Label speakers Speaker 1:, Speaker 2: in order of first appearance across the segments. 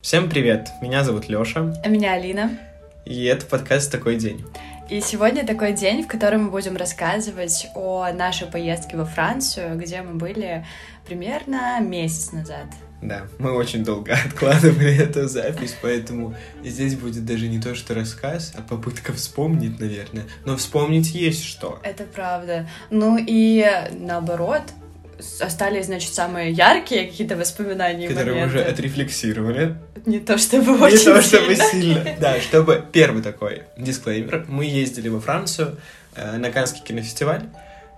Speaker 1: Всем привет! Меня зовут Лёша,
Speaker 2: А меня Алина.
Speaker 1: и это подкаст «Такой день».
Speaker 2: И сегодня такой день, в котором мы будем рассказывать о нашей поездке во Францию, где мы были примерно месяц назад.
Speaker 1: Да, мы очень долго откладывали эту запись, поэтому здесь будет даже не то, что рассказ, а попытка вспомнить, наверное. Но вспомнить есть что.
Speaker 2: Это правда. Ну и наоборот, с- остались, значит, самые яркие какие-то воспоминания. и
Speaker 1: Которые мы уже
Speaker 2: моменты.
Speaker 1: отрефлексировали.
Speaker 2: Не то чтобы
Speaker 1: Не
Speaker 2: очень
Speaker 1: то, чтобы
Speaker 2: сильно.
Speaker 1: сильно. Да, чтобы... Первый такой дисклеймер. Мы ездили во Францию э, на Каннский кинофестиваль.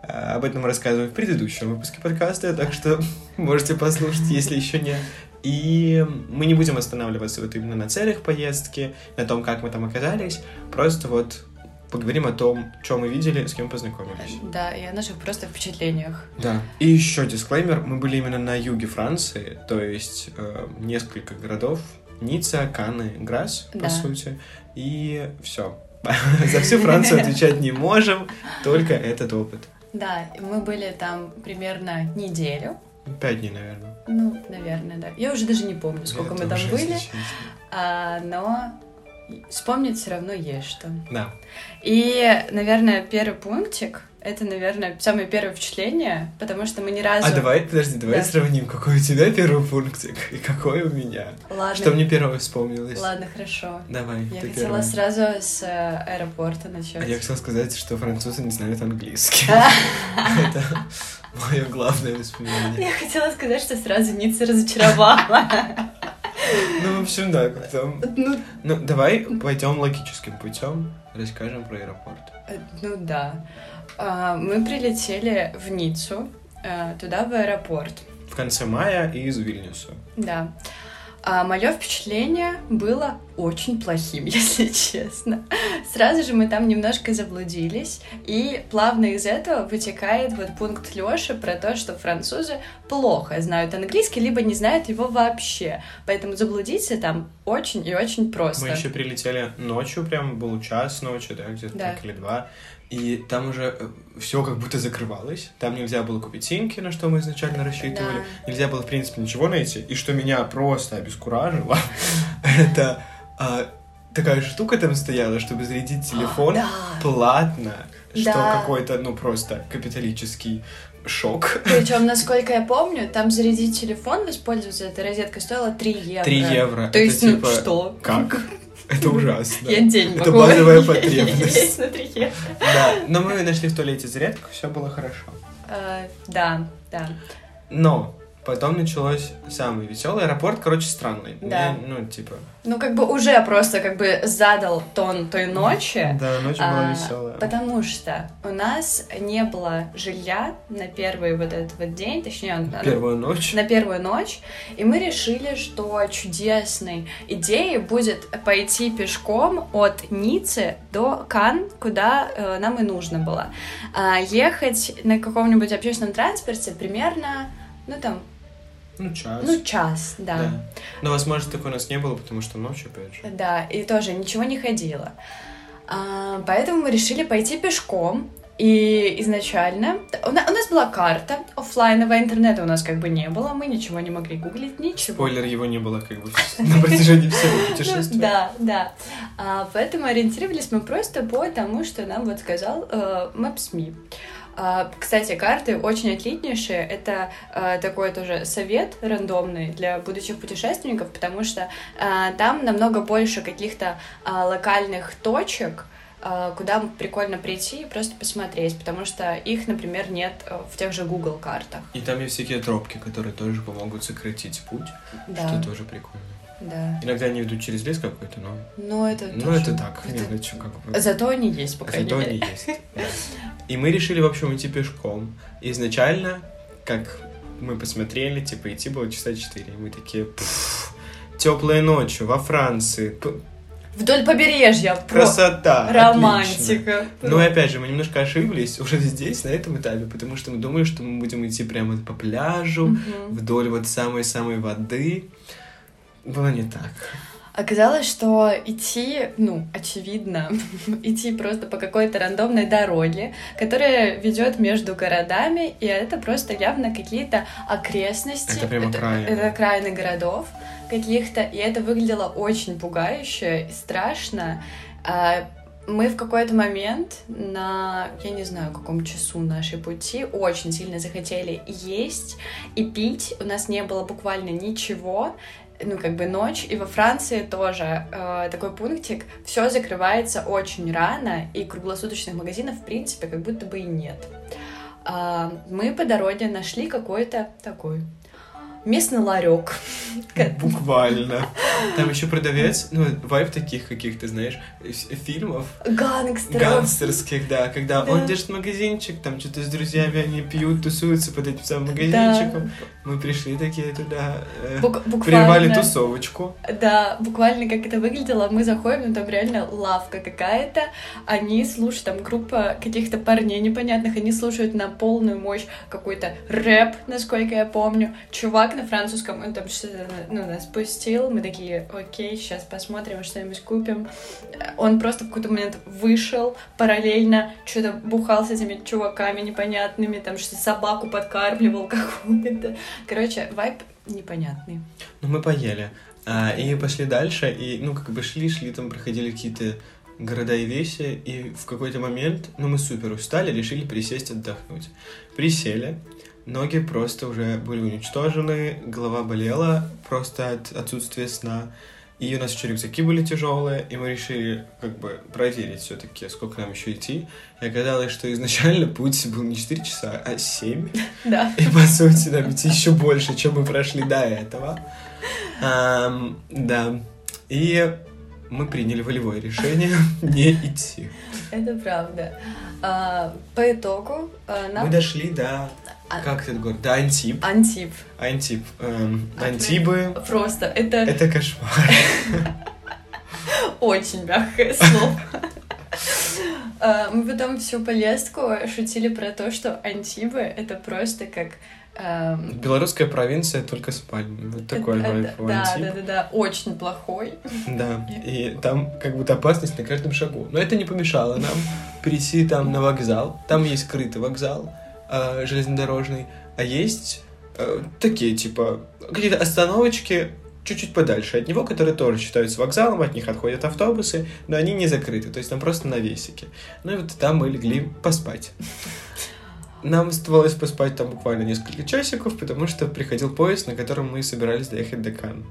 Speaker 1: Э, Об этом мы рассказывали в предыдущем выпуске подкаста, так что можете послушать, если еще не. И мы не будем останавливаться вот именно на целях поездки, на том, как мы там оказались. Просто вот поговорим о том, что мы видели, с кем познакомились.
Speaker 2: Да, и о наших просто впечатлениях.
Speaker 1: Да. И еще дисклеймер, мы были именно на юге Франции, то есть э, несколько городов. Ницца, Каны, Грас, по
Speaker 2: Да.
Speaker 1: сути. И все. За всю Францию отвечать не можем, только этот опыт.
Speaker 2: Да, и мы были там примерно неделю.
Speaker 1: Пять дней, наверное.
Speaker 2: Ну, наверное, да. Я уже даже не помню, сколько мы
Speaker 1: Это
Speaker 2: там
Speaker 1: уже,
Speaker 2: были.
Speaker 1: если честно.
Speaker 2: А, но вспомнить все равно есть что.
Speaker 1: Да.
Speaker 2: И, наверное, первый пунктик это, наверное, самое первое впечатление, потому что мы ни разу.
Speaker 1: А давай, подожди, давай
Speaker 2: Да.
Speaker 1: сравним, какой у тебя первый пунктик и какой у меня.
Speaker 2: Ладно.
Speaker 1: Что мне первое вспомнилось?
Speaker 2: Ладно, хорошо.
Speaker 1: Давай,
Speaker 2: Я
Speaker 1: ты первая.
Speaker 2: хотела сразу с э, аэропорта
Speaker 1: А я
Speaker 2: начать.
Speaker 1: хотела сказать, что французы не знают английский. Это мое главное воспоминание.
Speaker 2: Я хотела сказать, что сразу Ницца разочаровала.
Speaker 1: Ну, в общем, да, как там.
Speaker 2: Ну,
Speaker 1: Ну, давай пойдем логическим путем, расскажем про аэропорт.
Speaker 2: э, ну да. А, Мы прилетели в Ниццу, э, туда в аэропорт.
Speaker 1: В конце мая и из Вильнюса.
Speaker 2: Да. А мое впечатление было очень плохим, если честно. Сразу же мы там немножко заблудились, и плавно из этого вытекает вот пункт Лёши про то, что французы плохо знают английский, либо не знают его вообще. Поэтому заблудиться там очень и очень просто.
Speaker 1: Мы еще прилетели ночью, прям был час ночи, да, где-то
Speaker 2: Да.
Speaker 1: так или два. И там уже все как будто закрывалось. Там нельзя было купить симки, на что мы изначально рассчитывали. Нельзя было, в принципе, ничего найти. И что меня просто обескуражило, это а, такая штука там стояла, чтобы зарядить телефон.
Speaker 2: Да.
Speaker 1: платно, что
Speaker 2: Да.
Speaker 1: какой-то, ну, просто капиталический шок.
Speaker 2: Причем, насколько я помню, там зарядить телефон, воспользоваться этой розеткой стоило 3 евро.
Speaker 1: 3 евро.
Speaker 2: То есть,
Speaker 1: это,
Speaker 2: ну
Speaker 1: типа,
Speaker 2: что?
Speaker 1: Как? Это ужасно.
Speaker 2: Я день
Speaker 1: Это
Speaker 2: могу
Speaker 1: базовая
Speaker 2: есть
Speaker 1: потребность.
Speaker 2: на 3 евро.
Speaker 1: Да, но мы нашли в туалете зарядку, все было хорошо.
Speaker 2: Э, Да, да.
Speaker 1: Но потом началось самый веселый аэропорт, короче, странный.
Speaker 2: Да.
Speaker 1: Мне, ну, типа,
Speaker 2: Ну, как бы уже просто как бы задал тон той ночи.
Speaker 1: да, ночь была
Speaker 2: А,
Speaker 1: веселая.
Speaker 2: Потому что у нас не было жилья на первый вот этот вот день, точнее, он-
Speaker 1: Первую ночь.
Speaker 2: на первую ночь, и мы решили, что чудесной идеей будет пойти пешком от Ниццы до Кан, куда э, нам и нужно было. А, ехать на каком-нибудь общественном транспорте примерно, ну там,
Speaker 1: Ну, час.
Speaker 2: ну час, да.
Speaker 1: да. Но возможно, такой у нас не было, потому что ночь, опять же.
Speaker 2: Да, и тоже ничего не ходила. А, поэтому мы решили пойти пешком. И изначально т- у на- у нас была карта оффлайнового интернета у нас как бы не было, мы ничего не могли гуглить, ничего.
Speaker 1: Спойлер, его не было как бы на протяжении всего
Speaker 2: Ну,
Speaker 1: путешествия.
Speaker 2: Да, да. А, поэтому ориентировались мы просто по тому, что нам вот сказал э, Maps.me. А, кстати, карты очень отличнейшие. Это э, такой тоже совет рандомный для будущих путешественников, потому что э, там намного больше каких-то а, локальных точек, а, куда прикольно прийти и просто посмотреть, потому что их, например, нет э, в тех же Google картах.
Speaker 1: И там есть всякие тропки, которые тоже помогут сократить путь,
Speaker 2: Да,
Speaker 1: что тоже прикольно.
Speaker 2: да.
Speaker 1: Иногда они ведут через лес какой-то, но...
Speaker 2: Но это
Speaker 1: Ну,
Speaker 2: тоже-
Speaker 1: это так,
Speaker 2: это-
Speaker 1: мелочи как бы.
Speaker 2: Зато они есть, по крайней
Speaker 1: Зато
Speaker 2: мере.
Speaker 1: они есть. да. И мы решили, в общем, идти пешком. Изначально, как мы посмотрели, типа, идти было часа четыре. И мы такие... Теплая ночью во Франции. п-
Speaker 2: Вдоль побережья. про-
Speaker 1: Красота. отлично».
Speaker 2: Романтика.
Speaker 1: Ну и опять же, мы немножко ошиблись уже здесь, на этом этапе, потому что мы думали, что мы будем идти прямо по пляжу,
Speaker 2: Мгм.
Speaker 1: вдоль вот самой-самой воды. Было не так.
Speaker 2: Оказалось, что идти, ну, очевидно, идти просто по какой-то рандомной дороге, которая ведет между городами, и это просто явно какие-то окрестности.
Speaker 1: Это прям окраины.
Speaker 2: это окраины городов. каких-то, и это выглядело очень пугающе и страшно. А, Мы в какой-то момент на, я не знаю, каком часу нашей пути очень сильно захотели есть и пить. У нас не было буквально ничего, ну, как бы ночь, и во Франции тоже э, такой пунктик, все закрывается очень рано, и круглосуточных магазинов, в принципе, как будто бы и нет. А, мы по дороге нашли какой-то такой местный ларек.
Speaker 1: Буквально. Там еще продавец, ну, вайп таких каких-то, знаешь, ф- фильмов
Speaker 2: Гангстеров.
Speaker 1: гангстерских, да, когда
Speaker 2: Да.
Speaker 1: он держит магазинчик, там что-то с друзьями они пьют, тусуются под этим самым магазинчиком. Мы пришли такие туда, э,
Speaker 2: Бук- буквально.
Speaker 1: прервали тусовочку.
Speaker 2: Да, буквально как это выглядело, мы заходим, ну там реально лавка какая-то, они слушают, там группа каких-то парней непонятных, они слушают на полную мощь какой-то рэп, насколько я помню. Чувак на французском, он там что-то ну, нас пустил, мы такие, окей, сейчас посмотрим, что-нибудь купим. Э, Он просто в какой-то момент вышел, параллельно что-то бухал с этими чуваками непонятными, там что собаку подкармливал какую-то. Короче, вайп непонятный.
Speaker 1: Ну, мы поели. А, и пошли дальше, и, ну, как бы шли, шли, там проходили какие-то города и вещи, и в какой-то момент, ну, мы супер устали, решили присесть отдохнуть. Присели, ноги просто уже были уничтожены, голова болела просто от отсутствия сна, и у нас еще рюкзаки были тяжелые, и мы решили как бы проверить все-таки, сколько нам еще идти. И оказалось, что изначально путь был не 4 часа, а 7.
Speaker 2: Да.
Speaker 1: И, по сути, нам идти еще больше, чем мы прошли до этого. Ам, да. И мы приняли волевое решение не идти.
Speaker 2: Это правда. А, по итогу а, нам...
Speaker 1: Мы дошли до...
Speaker 2: А-
Speaker 1: Как этот город? До Антип.
Speaker 2: Антип.
Speaker 1: Антип. эм, Антибы.
Speaker 2: Просто. Это
Speaker 1: Это кошмар.
Speaker 2: очень мягкое слово. А, Мы потом всю поездку шутили про то, что Антибы — это просто как... эм,
Speaker 1: Белорусская провинция только с пальмами. Вот такой
Speaker 2: э,
Speaker 1: вайф у
Speaker 2: Да, да,
Speaker 1: Антип.
Speaker 2: да, да, очень плохой.
Speaker 1: Да. И там как будто опасность на каждом шагу. Но это не помешало нам прийти там на вокзал. Там есть скрытый вокзал э, железнодорожный, а есть э, такие типа какие-то остановочки чуть-чуть подальше от него, которые тоже считаются вокзалом, от них отходят автобусы, но они не закрыты, то есть там просто навесики. Ну и вот там мы легли поспать. Нам оставалось поспать там буквально несколько часиков, потому что приходил поезд, на котором мы собирались доехать до Кан.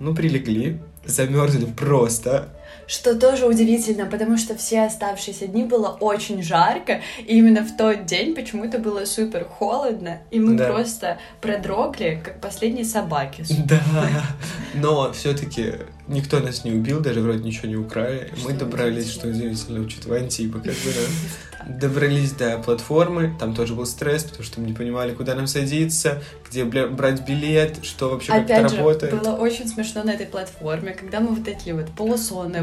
Speaker 1: Ну, прилегли, замерзли просто.
Speaker 2: Что тоже удивительно, потому что все оставшиеся дни было очень жарко, и именно в тот день почему-то было супер холодно, и мы
Speaker 1: Да.
Speaker 2: просто продрогли, как последние собаки.
Speaker 1: Да. Но все-таки никто нас не убил, даже вроде ничего не украли.
Speaker 2: Что
Speaker 1: Мы добрались, что
Speaker 2: удивительно.
Speaker 1: удивительно, учитывая Антипа, как бы, да. Добрались до платформы, там тоже был стресс, потому что мы не понимали, куда нам садиться, где бля- брать билет, что вообще как это
Speaker 2: Опять же,
Speaker 1: работает.
Speaker 2: было очень смешно на этой платформе, когда мы вот такие вот полусонные,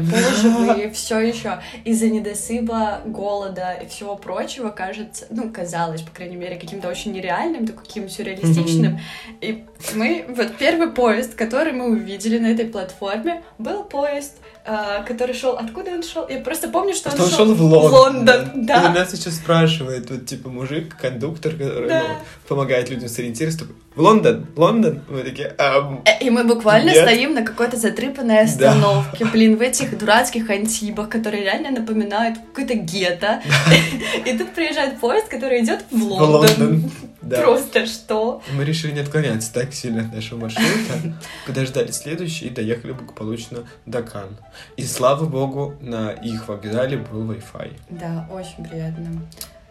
Speaker 2: полуживые, все еще из-за недосыпа, голода и всего прочего кажется, ну, казалось, по крайней мере, каким-то очень нереальным, таким сюрреалистичным. И мы, вот первый поезд, который мы увидели на этой платформе, был поезд, а, который шел, откуда он шел? Я просто помню, что он
Speaker 1: Что он шел в
Speaker 2: Лондон.
Speaker 1: Лондон.
Speaker 2: да.
Speaker 1: И нас еще спрашивает, вот, типа, мужик, кондуктор, который
Speaker 2: Да.
Speaker 1: ну, помогает людям сориентироваться. такой, В Лондон, Лондон? Мы такие, «Ам,
Speaker 2: Э, И мы буквально
Speaker 1: Нет.
Speaker 2: стоим на какой-то затрыпанной остановке, блин, в этих дурацких антибах, которые реально напоминают какое-то гетто. И тут приезжает поезд, который идет в
Speaker 1: в
Speaker 2: Лондон.
Speaker 1: Лондон. Да.
Speaker 2: Просто что?
Speaker 1: Мы решили не отклоняться так сильно от нашего маршрута, подождали следующий и доехали благополучно до Кан. И слава богу, на их вокзале был Wi-Fi.
Speaker 2: Да, очень приятно.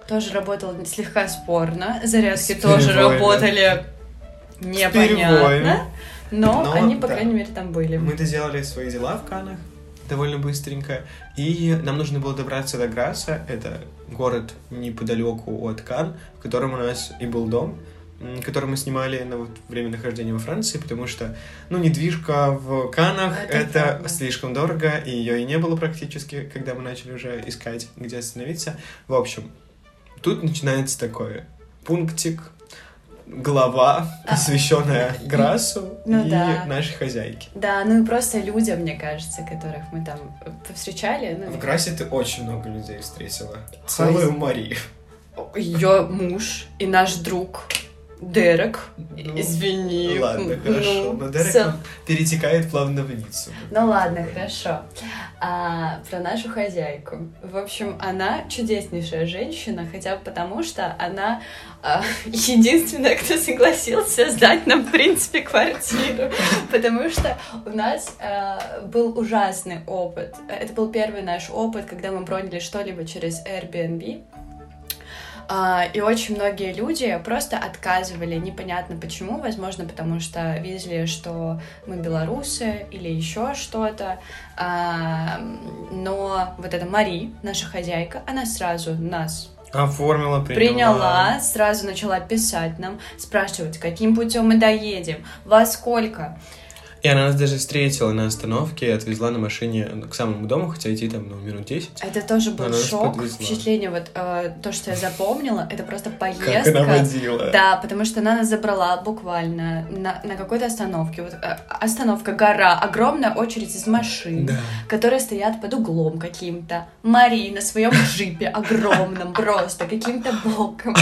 Speaker 2: Тоже работало слегка спорно. Зарядки
Speaker 1: С
Speaker 2: тоже
Speaker 1: перебоями.
Speaker 2: работали
Speaker 1: перебоями.
Speaker 2: непонятно. Но
Speaker 1: Но,
Speaker 2: они, по
Speaker 1: да.
Speaker 2: крайней мере, там были.
Speaker 1: Мы доделали свои дела в Канах довольно быстренько, и нам нужно было добраться до Граса, это город неподалеку от Кан, в котором у нас и был дом, м, который мы снимали на вот время нахождения во Франции, потому что, ну, недвижка в Канах
Speaker 2: Это
Speaker 1: это,
Speaker 2: правда.
Speaker 1: слишком дорого, и ее и не было практически, когда мы начали уже искать, где остановиться. В общем, тут начинается такой пунктик, глава,
Speaker 2: А.
Speaker 1: посвященная Грасу
Speaker 2: Ну
Speaker 1: и
Speaker 2: да.
Speaker 1: нашей хозяйке.
Speaker 2: Да, ну и просто люди, мне кажется, которых мы там э, повстречали. ну,
Speaker 1: В Грасе ты очень много людей встретила. Целую Марию.
Speaker 2: ее муж и наш друг Дерек.
Speaker 1: Ну,
Speaker 2: Извини.
Speaker 1: Ладно,
Speaker 2: Ну,
Speaker 1: хорошо. Но Дерек
Speaker 2: со-
Speaker 1: он перетекает плавно в Ниццу.
Speaker 2: Ну ладно, хорошо. А, про нашу хозяйку. В общем, она чудеснейшая женщина, хотя бы потому, что она а, единственная, кто согласился сдать нам, в принципе, квартиру. Потому что у нас а, был ужасный опыт. Это был первый наш опыт, когда мы бронили что-либо через Airbnb. А, И очень многие люди просто отказывали, непонятно почему, возможно, потому что видели, что мы белорусы или еще что-то. А, Но вот эта Мари, наша хозяйка, она сразу нас
Speaker 1: Оформила,
Speaker 2: приняла, сразу начала писать нам, спрашивать, каким путем мы доедем, во сколько.
Speaker 1: И она нас даже встретила на остановке и отвезла на машине к самому дому, хотя идти там ну, минут 10.
Speaker 2: Это тоже был
Speaker 1: Она нас
Speaker 2: шок,
Speaker 1: подвезла.
Speaker 2: впечатление, вот э, то, что я запомнила, это просто поездка.
Speaker 1: Как она водила.
Speaker 2: Да, потому что она нас забрала буквально на, на какой-то остановке. Вот э, остановка, гора, огромная очередь из машин,
Speaker 1: Да.
Speaker 2: которые стоят под углом каким-то. Мари на своем джипе огромном, просто каким-то боком.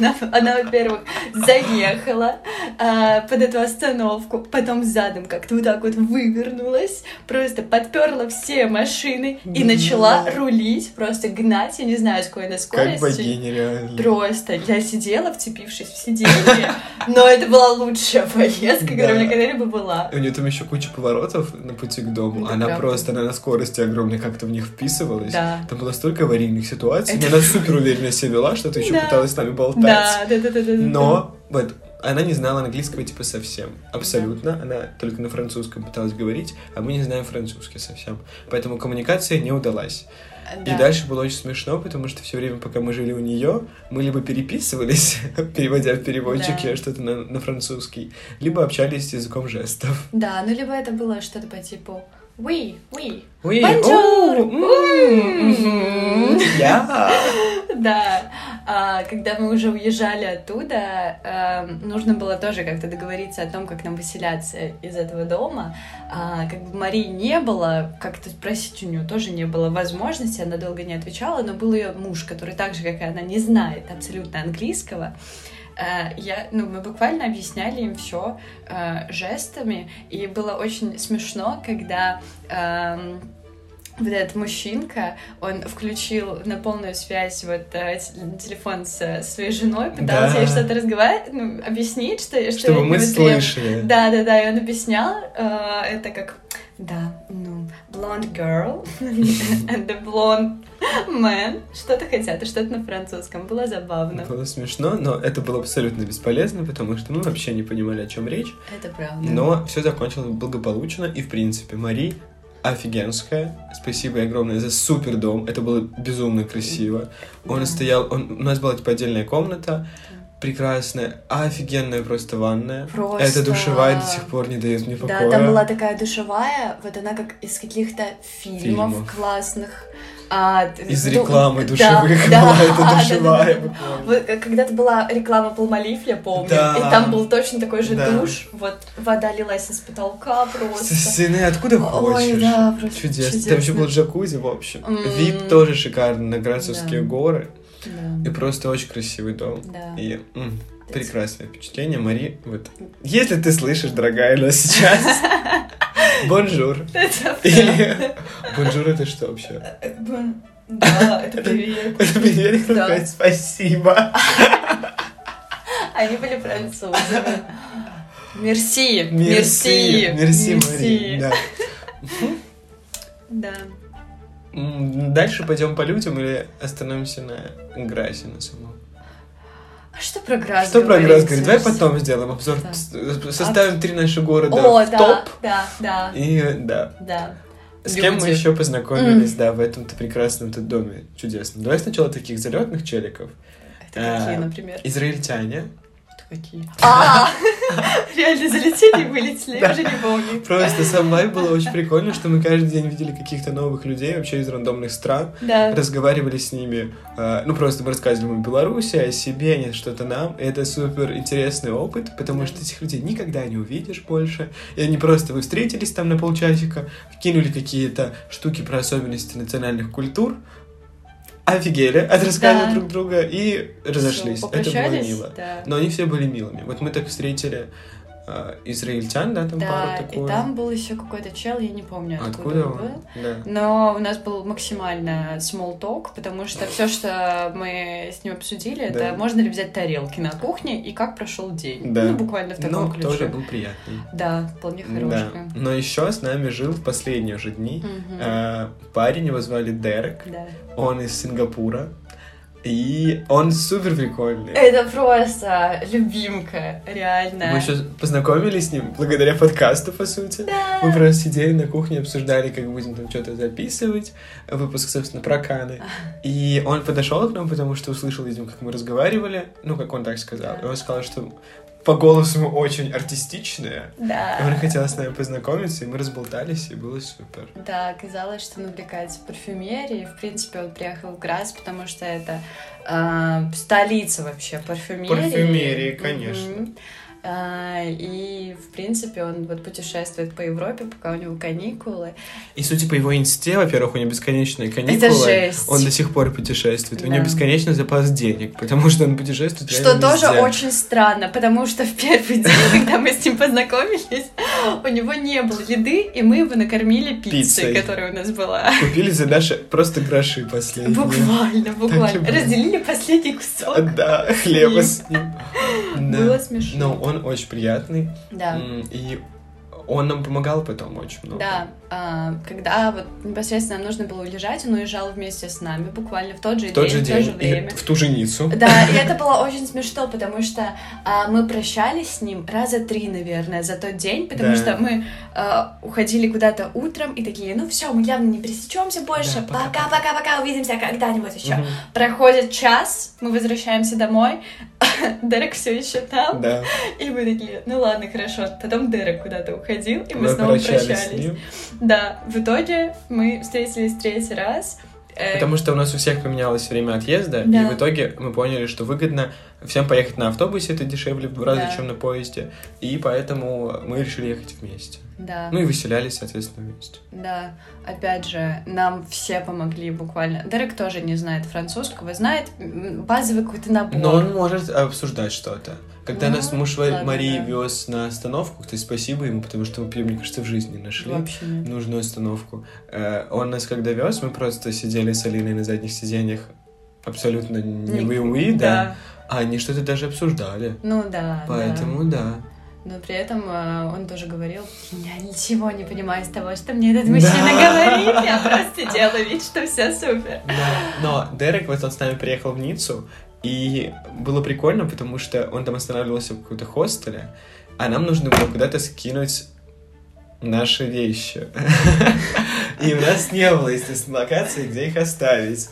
Speaker 2: Она, она, во-первых, заехала э, под эту остановку, потом задом как-то вот так вот вывернулась, просто подперла все машины и
Speaker 1: Да.
Speaker 2: начала рулить, просто гнать, я не знаю, с какой она
Speaker 1: Как
Speaker 2: скоростью.
Speaker 1: богиня реально.
Speaker 2: Просто я сидела, вцепившись в сиденье, но это была лучшая поездка, которая у меня
Speaker 1: Да.
Speaker 2: когда-либо была.
Speaker 1: У нее там еще куча поворотов на пути к дому.
Speaker 2: Это
Speaker 1: она
Speaker 2: правда.
Speaker 1: просто она на скорости огромной как-то в них вписывалась.
Speaker 2: Да.
Speaker 1: Там было столько аварийных ситуаций.
Speaker 2: Это-
Speaker 1: Она супер уверенно себя вела, что-то еще
Speaker 2: Да.
Speaker 1: пыталась с нами болтать.
Speaker 2: Да, да, да, да, да. да.
Speaker 1: Но вот она не знала английского типа совсем. Абсолютно. Она только на французском пыталась говорить, а мы не знаем французский совсем. Поэтому коммуникация не удалась.
Speaker 2: Да.
Speaker 1: И дальше было очень смешно, потому что все время, пока мы жили у нее, мы либо переписывались, переводя в переводчике
Speaker 2: Да.
Speaker 1: что-то на, на французский, либо общались языком жестов.
Speaker 2: Да, ну либо это было что-то по типу «We, we».
Speaker 1: Ой,
Speaker 2: Бонжур!
Speaker 1: о, м, мгм, я.
Speaker 2: Да, А, когда мы уже уезжали оттуда, эм, нужно было тоже как-то договориться о том, как нам выселяться из этого дома. А, Как бы Марии не было, как-то спросить у нее тоже не было возможности, она долго не отвечала, но был ее муж, который так же, как и она, не знает абсолютно английского. Э, Я, ну, мы буквально объясняли им все жестами, и было очень смешно, когда эм, вот этот мужчинка, он включил на полную связь вот э, т- телефон с э, своей женой, пытался
Speaker 1: Да.
Speaker 2: ей что-то разговаривать, ну, объяснить, что, что
Speaker 1: Чтобы
Speaker 2: я
Speaker 1: мы
Speaker 2: от него требую.
Speaker 1: слышали.
Speaker 2: Да, да, да, и он объяснял, э, это как, да, ну, blonde girl and the blonde man, что-то хотят, и что-то на французском, было забавно.
Speaker 1: Было смешно, но это было абсолютно бесполезно, потому что мы вообще не понимали, о чем речь.
Speaker 2: Это правда.
Speaker 1: Но все закончилось благополучно, и в принципе, Мари офигенская. Спасибо ей огромное за супер дом. Это было безумно красиво. Он
Speaker 2: Да.
Speaker 1: стоял, он, у нас была типа отдельная комната, прекрасная, офигенная просто ванная.
Speaker 2: Просто...
Speaker 1: Эта душевая до сих пор не дает мне покоя.
Speaker 2: Да, там была такая душевая, вот она как из каких-то фильмов,
Speaker 1: Фильмов.
Speaker 2: классных. а,
Speaker 1: Из
Speaker 2: ду-
Speaker 1: рекламы
Speaker 2: да,
Speaker 1: душевых
Speaker 2: да,
Speaker 1: была
Speaker 2: да, да,
Speaker 1: эта
Speaker 2: да,
Speaker 1: душевая.
Speaker 2: да.
Speaker 1: буквально.
Speaker 2: Вот, э, Когда-то была реклама Palmolive, я помню,
Speaker 1: Да.
Speaker 2: и там был точно такой же
Speaker 1: Да.
Speaker 2: душ, вот вода лилась из потолка
Speaker 1: Со
Speaker 2: просто.
Speaker 1: стены откуда
Speaker 2: Ой,
Speaker 1: хочешь.
Speaker 2: да, просто
Speaker 1: Чудесно.
Speaker 2: чудесно.
Speaker 1: Там еще был джакузи, в общем.
Speaker 2: М.
Speaker 1: Вид тоже шикарный на Грацевские
Speaker 2: Да.
Speaker 1: горы. И
Speaker 2: Да,
Speaker 1: просто очень красивый дом.
Speaker 2: да.
Speaker 1: И м, прекрасное впечатление, Мари. Вот. Если ты слышишь, дорогая, нас сейчас, бонжур.
Speaker 2: Это
Speaker 1: Или бонжур это что вообще?
Speaker 2: правда. Да, это привет.
Speaker 1: Это привет,
Speaker 2: Да.
Speaker 1: какая- спасибо.
Speaker 2: Они были французами. Мерси, мерси,
Speaker 1: Мерси, мерси, Мари. да.
Speaker 2: Да.
Speaker 1: М, Дальше пойдем по людям или остановимся на Грасе на самом?
Speaker 2: А что про Грас
Speaker 1: Что про Грас
Speaker 2: говорить?
Speaker 1: говорит? Давай потом сделаем обзор,
Speaker 2: Да.
Speaker 1: с- э, составим три наши города
Speaker 2: О,
Speaker 1: в
Speaker 2: да,
Speaker 1: топ.
Speaker 2: да, да,
Speaker 1: И да,
Speaker 2: да.
Speaker 1: С кем мы
Speaker 2: Люди.
Speaker 1: еще познакомились, да, в этом-то прекрасном -то доме. Чудесно. Давай сначала таких залетных челиков.
Speaker 2: Это какие,
Speaker 1: А,
Speaker 2: например?
Speaker 1: Израильтяне.
Speaker 2: Это какие? А, реально залетели и вылетели, я
Speaker 1: Да.
Speaker 2: уже не помню.
Speaker 1: Просто сам лайф было очень прикольно, что мы каждый день видели каких-то новых людей вообще из рандомных стран,
Speaker 2: Да.
Speaker 1: разговаривали с ними, э, ну просто мы рассказывали им о Беларуси, о себе, они что-то нам. И это супер интересный опыт, потому
Speaker 2: Да.
Speaker 1: что этих людей никогда не увидишь больше. И они просто вы встретились там на полчасика, кинули какие-то штуки про особенности национальных культур, офигели от рассказа
Speaker 2: Да.
Speaker 1: друг друга и разошлись.
Speaker 2: Всё,
Speaker 1: Это было
Speaker 2: попрощались,
Speaker 1: мило.
Speaker 2: Да.
Speaker 1: Но они все были милыми. Вот мы так встретили э, израильтян, да, там
Speaker 2: Да,
Speaker 1: пару такую.
Speaker 2: и там был еще какой-то чел, я не помню, откуда, Ну,
Speaker 1: Откуда
Speaker 2: он
Speaker 1: он?
Speaker 2: был.
Speaker 1: Да.
Speaker 2: Но у нас был максимально small talk, потому что все, что мы с ним обсудили,
Speaker 1: Да.
Speaker 2: это можно ли взять тарелки на кухне и как прошел день.
Speaker 1: Да.
Speaker 2: Ну, буквально в таком
Speaker 1: Но
Speaker 2: ключе.
Speaker 1: тоже был приятный.
Speaker 2: Да, вполне
Speaker 1: Да.
Speaker 2: хороший.
Speaker 1: Но еще с нами жил в последние же дни
Speaker 2: Мгм.
Speaker 1: э, парень, его звали Дерек,
Speaker 2: Да.
Speaker 1: он из Сингапура, и он супер прикольный.
Speaker 2: Это просто любимка, реально.
Speaker 1: Мы еще познакомились с ним благодаря подкасту, по сути.
Speaker 2: Да.
Speaker 1: Мы просто сидели на кухне, обсуждали, как будем там что-то записывать. Выпуск, собственно, про Каны. И он подошел к нам, потому что услышал, видимо, как мы разговаривали. Ну, как он так сказал. И он сказал, что по голосу мы очень артистичные. И он
Speaker 2: Да.
Speaker 1: хотел с нами познакомиться, и мы разболтались, и было супер.
Speaker 2: Да, оказалось, что он увлекается парфюмерией. В принципе, он приехал в Гraz, потому что это э, столица вообще парфюмерии.
Speaker 1: Парфюмерии, конечно.
Speaker 2: Мгм. А, и, в принципе, он вот путешествует по Европе, пока у него каникулы.
Speaker 1: И судя по его инсте, во-первых, у него бесконечные каникулы.
Speaker 2: Это жесть.
Speaker 1: Он до сих пор путешествует. У
Speaker 2: Да.
Speaker 1: него бесконечный запас денег, потому что он путешествует
Speaker 2: Что
Speaker 1: реально
Speaker 2: тоже
Speaker 1: везде.
Speaker 2: очень странно, потому что в первый день, когда мы с ним познакомились, у него не было еды, и мы его накормили пиццей,
Speaker 1: Пиццей.
Speaker 2: которая у нас была.
Speaker 1: Купили за наши просто гроши последние.
Speaker 2: Буквально, буквально.
Speaker 1: было.
Speaker 2: Разделили последний кусок.
Speaker 1: Да, хлеба с ним. Да.
Speaker 2: Было смешно.
Speaker 1: Но он очень приятный.
Speaker 2: Да.
Speaker 1: М, И он нам помогал потом очень много.
Speaker 2: Да, а, когда вот непосредственно нам нужно было уезжать, он уезжал вместе с нами буквально в тот же
Speaker 1: В тот
Speaker 2: день,
Speaker 1: же
Speaker 2: в то же
Speaker 1: день.
Speaker 2: время.
Speaker 1: И в ту же Ниццу.
Speaker 2: Да, и это было очень смешно, потому что а, мы прощались с ним раза три, наверное, за тот день,
Speaker 1: Да.
Speaker 2: потому что мы а, уходили куда-то утром и такие, ну все, мы явно не пересечемся больше,
Speaker 1: Да, пока,
Speaker 2: пока-пока-пока, увидимся когда-нибудь еще.
Speaker 1: Мгм.
Speaker 2: Проходит час, мы возвращаемся домой, Дерек все еще там,
Speaker 1: Да.
Speaker 2: и мы такие, ну ладно, хорошо. Потом Дерек куда-то уходил, и мы,
Speaker 1: Мы
Speaker 2: снова
Speaker 1: прощались
Speaker 2: прощались.
Speaker 1: с ним.
Speaker 2: Да, в итоге мы встретились третий раз. Э,
Speaker 1: Потому что у нас у всех поменялось время отъезда, и
Speaker 2: Да.
Speaker 1: в итоге мы поняли, что выгодно всем поехать на автобусе, это дешевле в два раза,
Speaker 2: Да.
Speaker 1: чем на поезде, и поэтому мы решили ехать вместе.
Speaker 2: Да,
Speaker 1: Ну и выселялись, соответственно, вместе.
Speaker 2: да. Опять же, нам все помогли буквально. Дерек тоже не знает французского, знает м, базовый какой-то набор.
Speaker 1: Но он может обсуждать что-то. Когда
Speaker 2: Ну,
Speaker 1: нас муж Ва-
Speaker 2: ладно,
Speaker 1: Марии
Speaker 2: да.
Speaker 1: вез на остановку, то есть спасибо ему, потому что мы, её, мне кажется, в жизни не нашли.
Speaker 2: Вообще нет.
Speaker 1: нужную остановку. Э, Он нас когда вез, мы просто сидели с Алиной на задних сиденьях абсолютно не
Speaker 2: Не-
Speaker 1: вы да. А они что-то даже обсуждали.
Speaker 2: Ну да, да.
Speaker 1: Поэтому да.
Speaker 2: Но при этом э, он тоже говорил, я ничего не понимаю из того, что мне этот мужчина говорит, я просто делаю вид, что все супер.
Speaker 1: Но Дерек вот он с нами приехал в Ниццу, и было прикольно, потому что он там останавливался в каком-то хостеле, а нам нужно было куда-то скинуть наши вещи. И у нас не было, естественно, локации, где их оставить.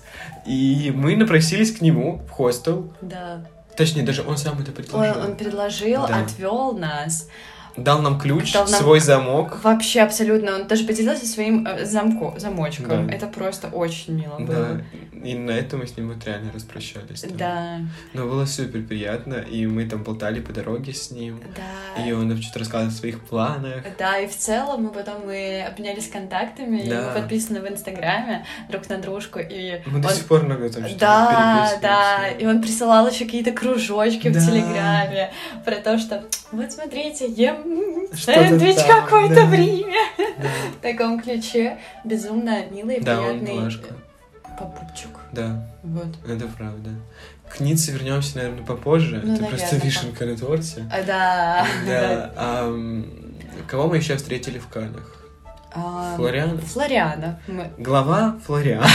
Speaker 1: И мы напросились к нему в хостел.
Speaker 2: Да.
Speaker 1: Точнее, даже он сам это
Speaker 2: Он,
Speaker 1: предложил.
Speaker 2: он предложил,
Speaker 1: Да.
Speaker 2: отвел нас.
Speaker 1: Дал нам ключ,
Speaker 2: Дал нам-
Speaker 1: свой замок.
Speaker 2: Вообще абсолютно. Он даже поделился своим э, замко, замочком.
Speaker 1: Да.
Speaker 2: Это просто очень мило
Speaker 1: Да.
Speaker 2: было.
Speaker 1: И на этом мы с ним вот реально распрощались. там.
Speaker 2: Да,
Speaker 1: Но было супер приятно, и мы там болтали по дороге с ним.
Speaker 2: да.
Speaker 1: И он нам что-то рассказывал о своих планах.
Speaker 2: Да, и в целом мы потом мы обменялись контактами, и
Speaker 1: Да.
Speaker 2: мы подписаны в Инстаграме друг на дружку, и
Speaker 1: Мы до
Speaker 2: он-
Speaker 1: сих пор много там что-то
Speaker 2: Да, да,
Speaker 1: переписываемся.
Speaker 2: и он присылал еще какие-то кружочки
Speaker 1: Да.
Speaker 2: в Телеграме про то, что вот смотрите, ем м,
Speaker 1: Что-то
Speaker 2: сэндвич
Speaker 1: там,
Speaker 2: какой-то
Speaker 1: да.
Speaker 2: в Риме.
Speaker 1: Да.
Speaker 2: В таком ключе безумно милый и
Speaker 1: Да, он
Speaker 2: приятный
Speaker 1: милашка.
Speaker 2: попутчик.
Speaker 1: Да,
Speaker 2: Вот.
Speaker 1: это правда. К Ницце вернемся, наверное, попозже.
Speaker 2: Ну,
Speaker 1: Это просто
Speaker 2: наверное,
Speaker 1: вишенка на торте.
Speaker 2: А, да.
Speaker 1: Да. а, м, Кого мы еще встретили в Канах?
Speaker 2: А,
Speaker 1: Флориана?
Speaker 2: Флориана. Мы-
Speaker 1: Глава Флориана.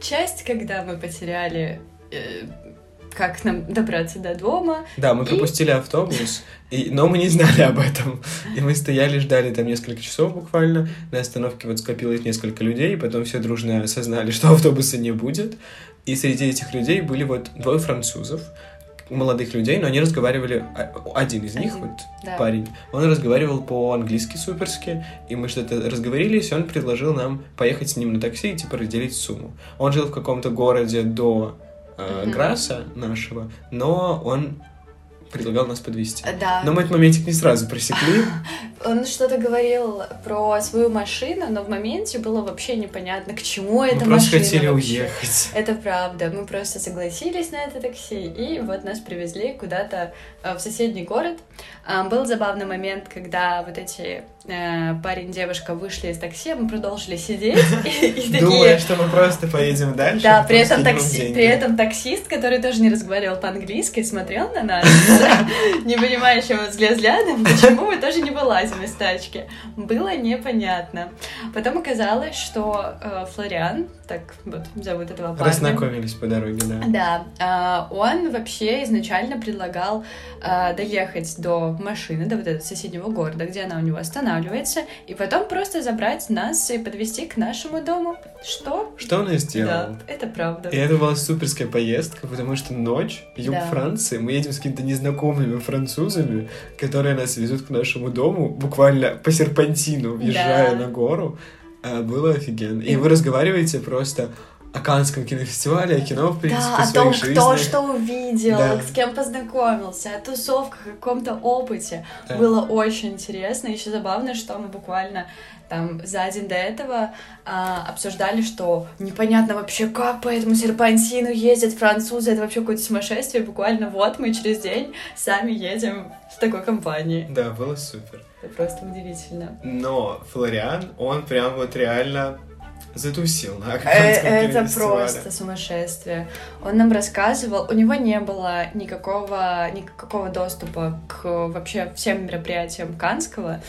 Speaker 2: Часть, когда мы потеряли, э, как нам добраться до дома.
Speaker 1: Да, мы
Speaker 2: И-
Speaker 1: пропустили автобус, и... но мы не знали об этом. И мы стояли, ждали там несколько часов буквально. На остановке вот скопилось несколько людей, и потом все дружно осознали, что автобуса не будет. И среди этих людей были вот двое французов, молодых людей, но они разговаривали... а- Один из них,
Speaker 2: Один,
Speaker 1: вот
Speaker 2: да.
Speaker 1: парень, он разговаривал по-английски суперски, и мы что-то разговорились, и он предложил нам поехать с ним на такси и типа разделить сумму. Он жил в каком-то городе до э,
Speaker 2: Мгм.
Speaker 1: Граса нашего, но он предлагал нас подвести.
Speaker 2: Э, Да.
Speaker 1: Но мы этот моментик не сразу пресекли.
Speaker 2: Он что-то говорил про свою машину, но в моменте было вообще непонятно, к чему
Speaker 1: Мы
Speaker 2: эта
Speaker 1: просто
Speaker 2: машина
Speaker 1: хотели
Speaker 2: вообще.
Speaker 1: уехать.
Speaker 2: Это правда. Мы просто согласились на это такси, и вот нас привезли куда-то э, в соседний город. А, Был забавный момент, когда вот эти э, парень и девушка вышли из такси, а мы продолжили сидеть, и и
Speaker 1: Думая,
Speaker 2: такие...
Speaker 1: что мы просто поедем дальше.
Speaker 2: Да,
Speaker 1: и
Speaker 2: при
Speaker 1: просто
Speaker 2: этом,
Speaker 1: кинем
Speaker 2: такси,
Speaker 1: деньги.
Speaker 2: при этом таксист, который тоже не разговаривал по-английски, смотрел на нас, не понимающим взглядом, почему мы тоже не вылазим из тачки. Было непонятно. Потом оказалось, что э, Флориан, так вот зовут этого парня,
Speaker 1: Разнакомились по дороге, да.
Speaker 2: да, а, он вообще изначально предлагал а, доехать до машины, до вот этого соседнего города, где она у него останавливается, и потом просто забрать нас и подвести к нашему дому. Что?
Speaker 1: Что он и сделал?
Speaker 2: Да, это правда.
Speaker 1: И это была суперская поездка, потому что ночь, юг
Speaker 2: Да.
Speaker 1: Франции, мы едем с какими-то незнакомыми французами, которые нас везут к нашему дому, буквально по серпантину, въезжая
Speaker 2: Да.
Speaker 1: на гору. А, Было офигенно. И
Speaker 2: И-
Speaker 1: вы разговариваете просто о Каннском кинофестивале, о кино, в принципе,
Speaker 2: Да, о
Speaker 1: своих
Speaker 2: том, кто
Speaker 1: жизнях.
Speaker 2: что увидел,
Speaker 1: Да.
Speaker 2: с кем познакомился, о тусовках, о каком-то опыте.
Speaker 1: Да.
Speaker 2: Было очень интересно. Еще забавно, что мы буквально там за день до этого а, обсуждали, что непонятно вообще, как по этому серпантину ездят французы, это вообще какое-то сумасшествие. Буквально вот мы через день сами едем в такой компании.
Speaker 1: Да, было супер.
Speaker 2: Это просто удивительно.
Speaker 1: Но Флориан, он прям вот реально затусил на
Speaker 2: Э,
Speaker 1: Каннском
Speaker 2: Это
Speaker 1: кинофестивале.
Speaker 2: просто сумасшествие. Он нам рассказывал, у него не было никакого, никакого доступа к вообще всем мероприятиям Канского.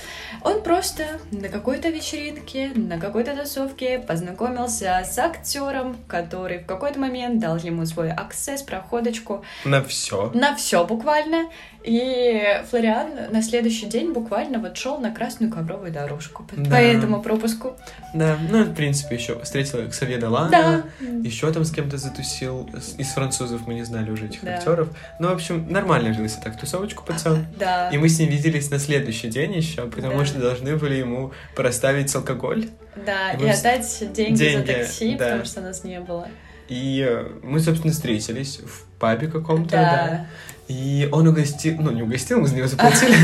Speaker 2: Он просто на какой-то вечеринке, на какой-то тусовке познакомился с актером, который в какой-то момент дал ему свой аксесс, проходочку,
Speaker 1: На все.
Speaker 2: на все буквально. И Флориан на следующий день буквально вот шел на красную ковровую дорожку по-
Speaker 1: Да.
Speaker 2: по этому пропуску.
Speaker 1: Да, ну, в принципе, еще встретил Ксавье Долана.
Speaker 2: Да.
Speaker 1: Еще там с кем-то затусил. С- Из французов мы не знали уже этих
Speaker 2: Да.
Speaker 1: актеров. Ну, в общем, нормально влился так тусовочку пацан.
Speaker 2: Да.
Speaker 1: И мы с ним виделись на следующий день еще, потому
Speaker 2: Да.
Speaker 1: что должны были ему проставить алкоголь.
Speaker 2: Да,
Speaker 1: И
Speaker 2: и,
Speaker 1: мы вс-
Speaker 2: отдать деньги, за
Speaker 1: деньги,
Speaker 2: такси,
Speaker 1: да.
Speaker 2: потому что нас не было.
Speaker 1: И э, мы, собственно, встретились в пабе каком-то. да.
Speaker 2: Да.
Speaker 1: И он угостил... Ну, не угостил, мы за него заплатили,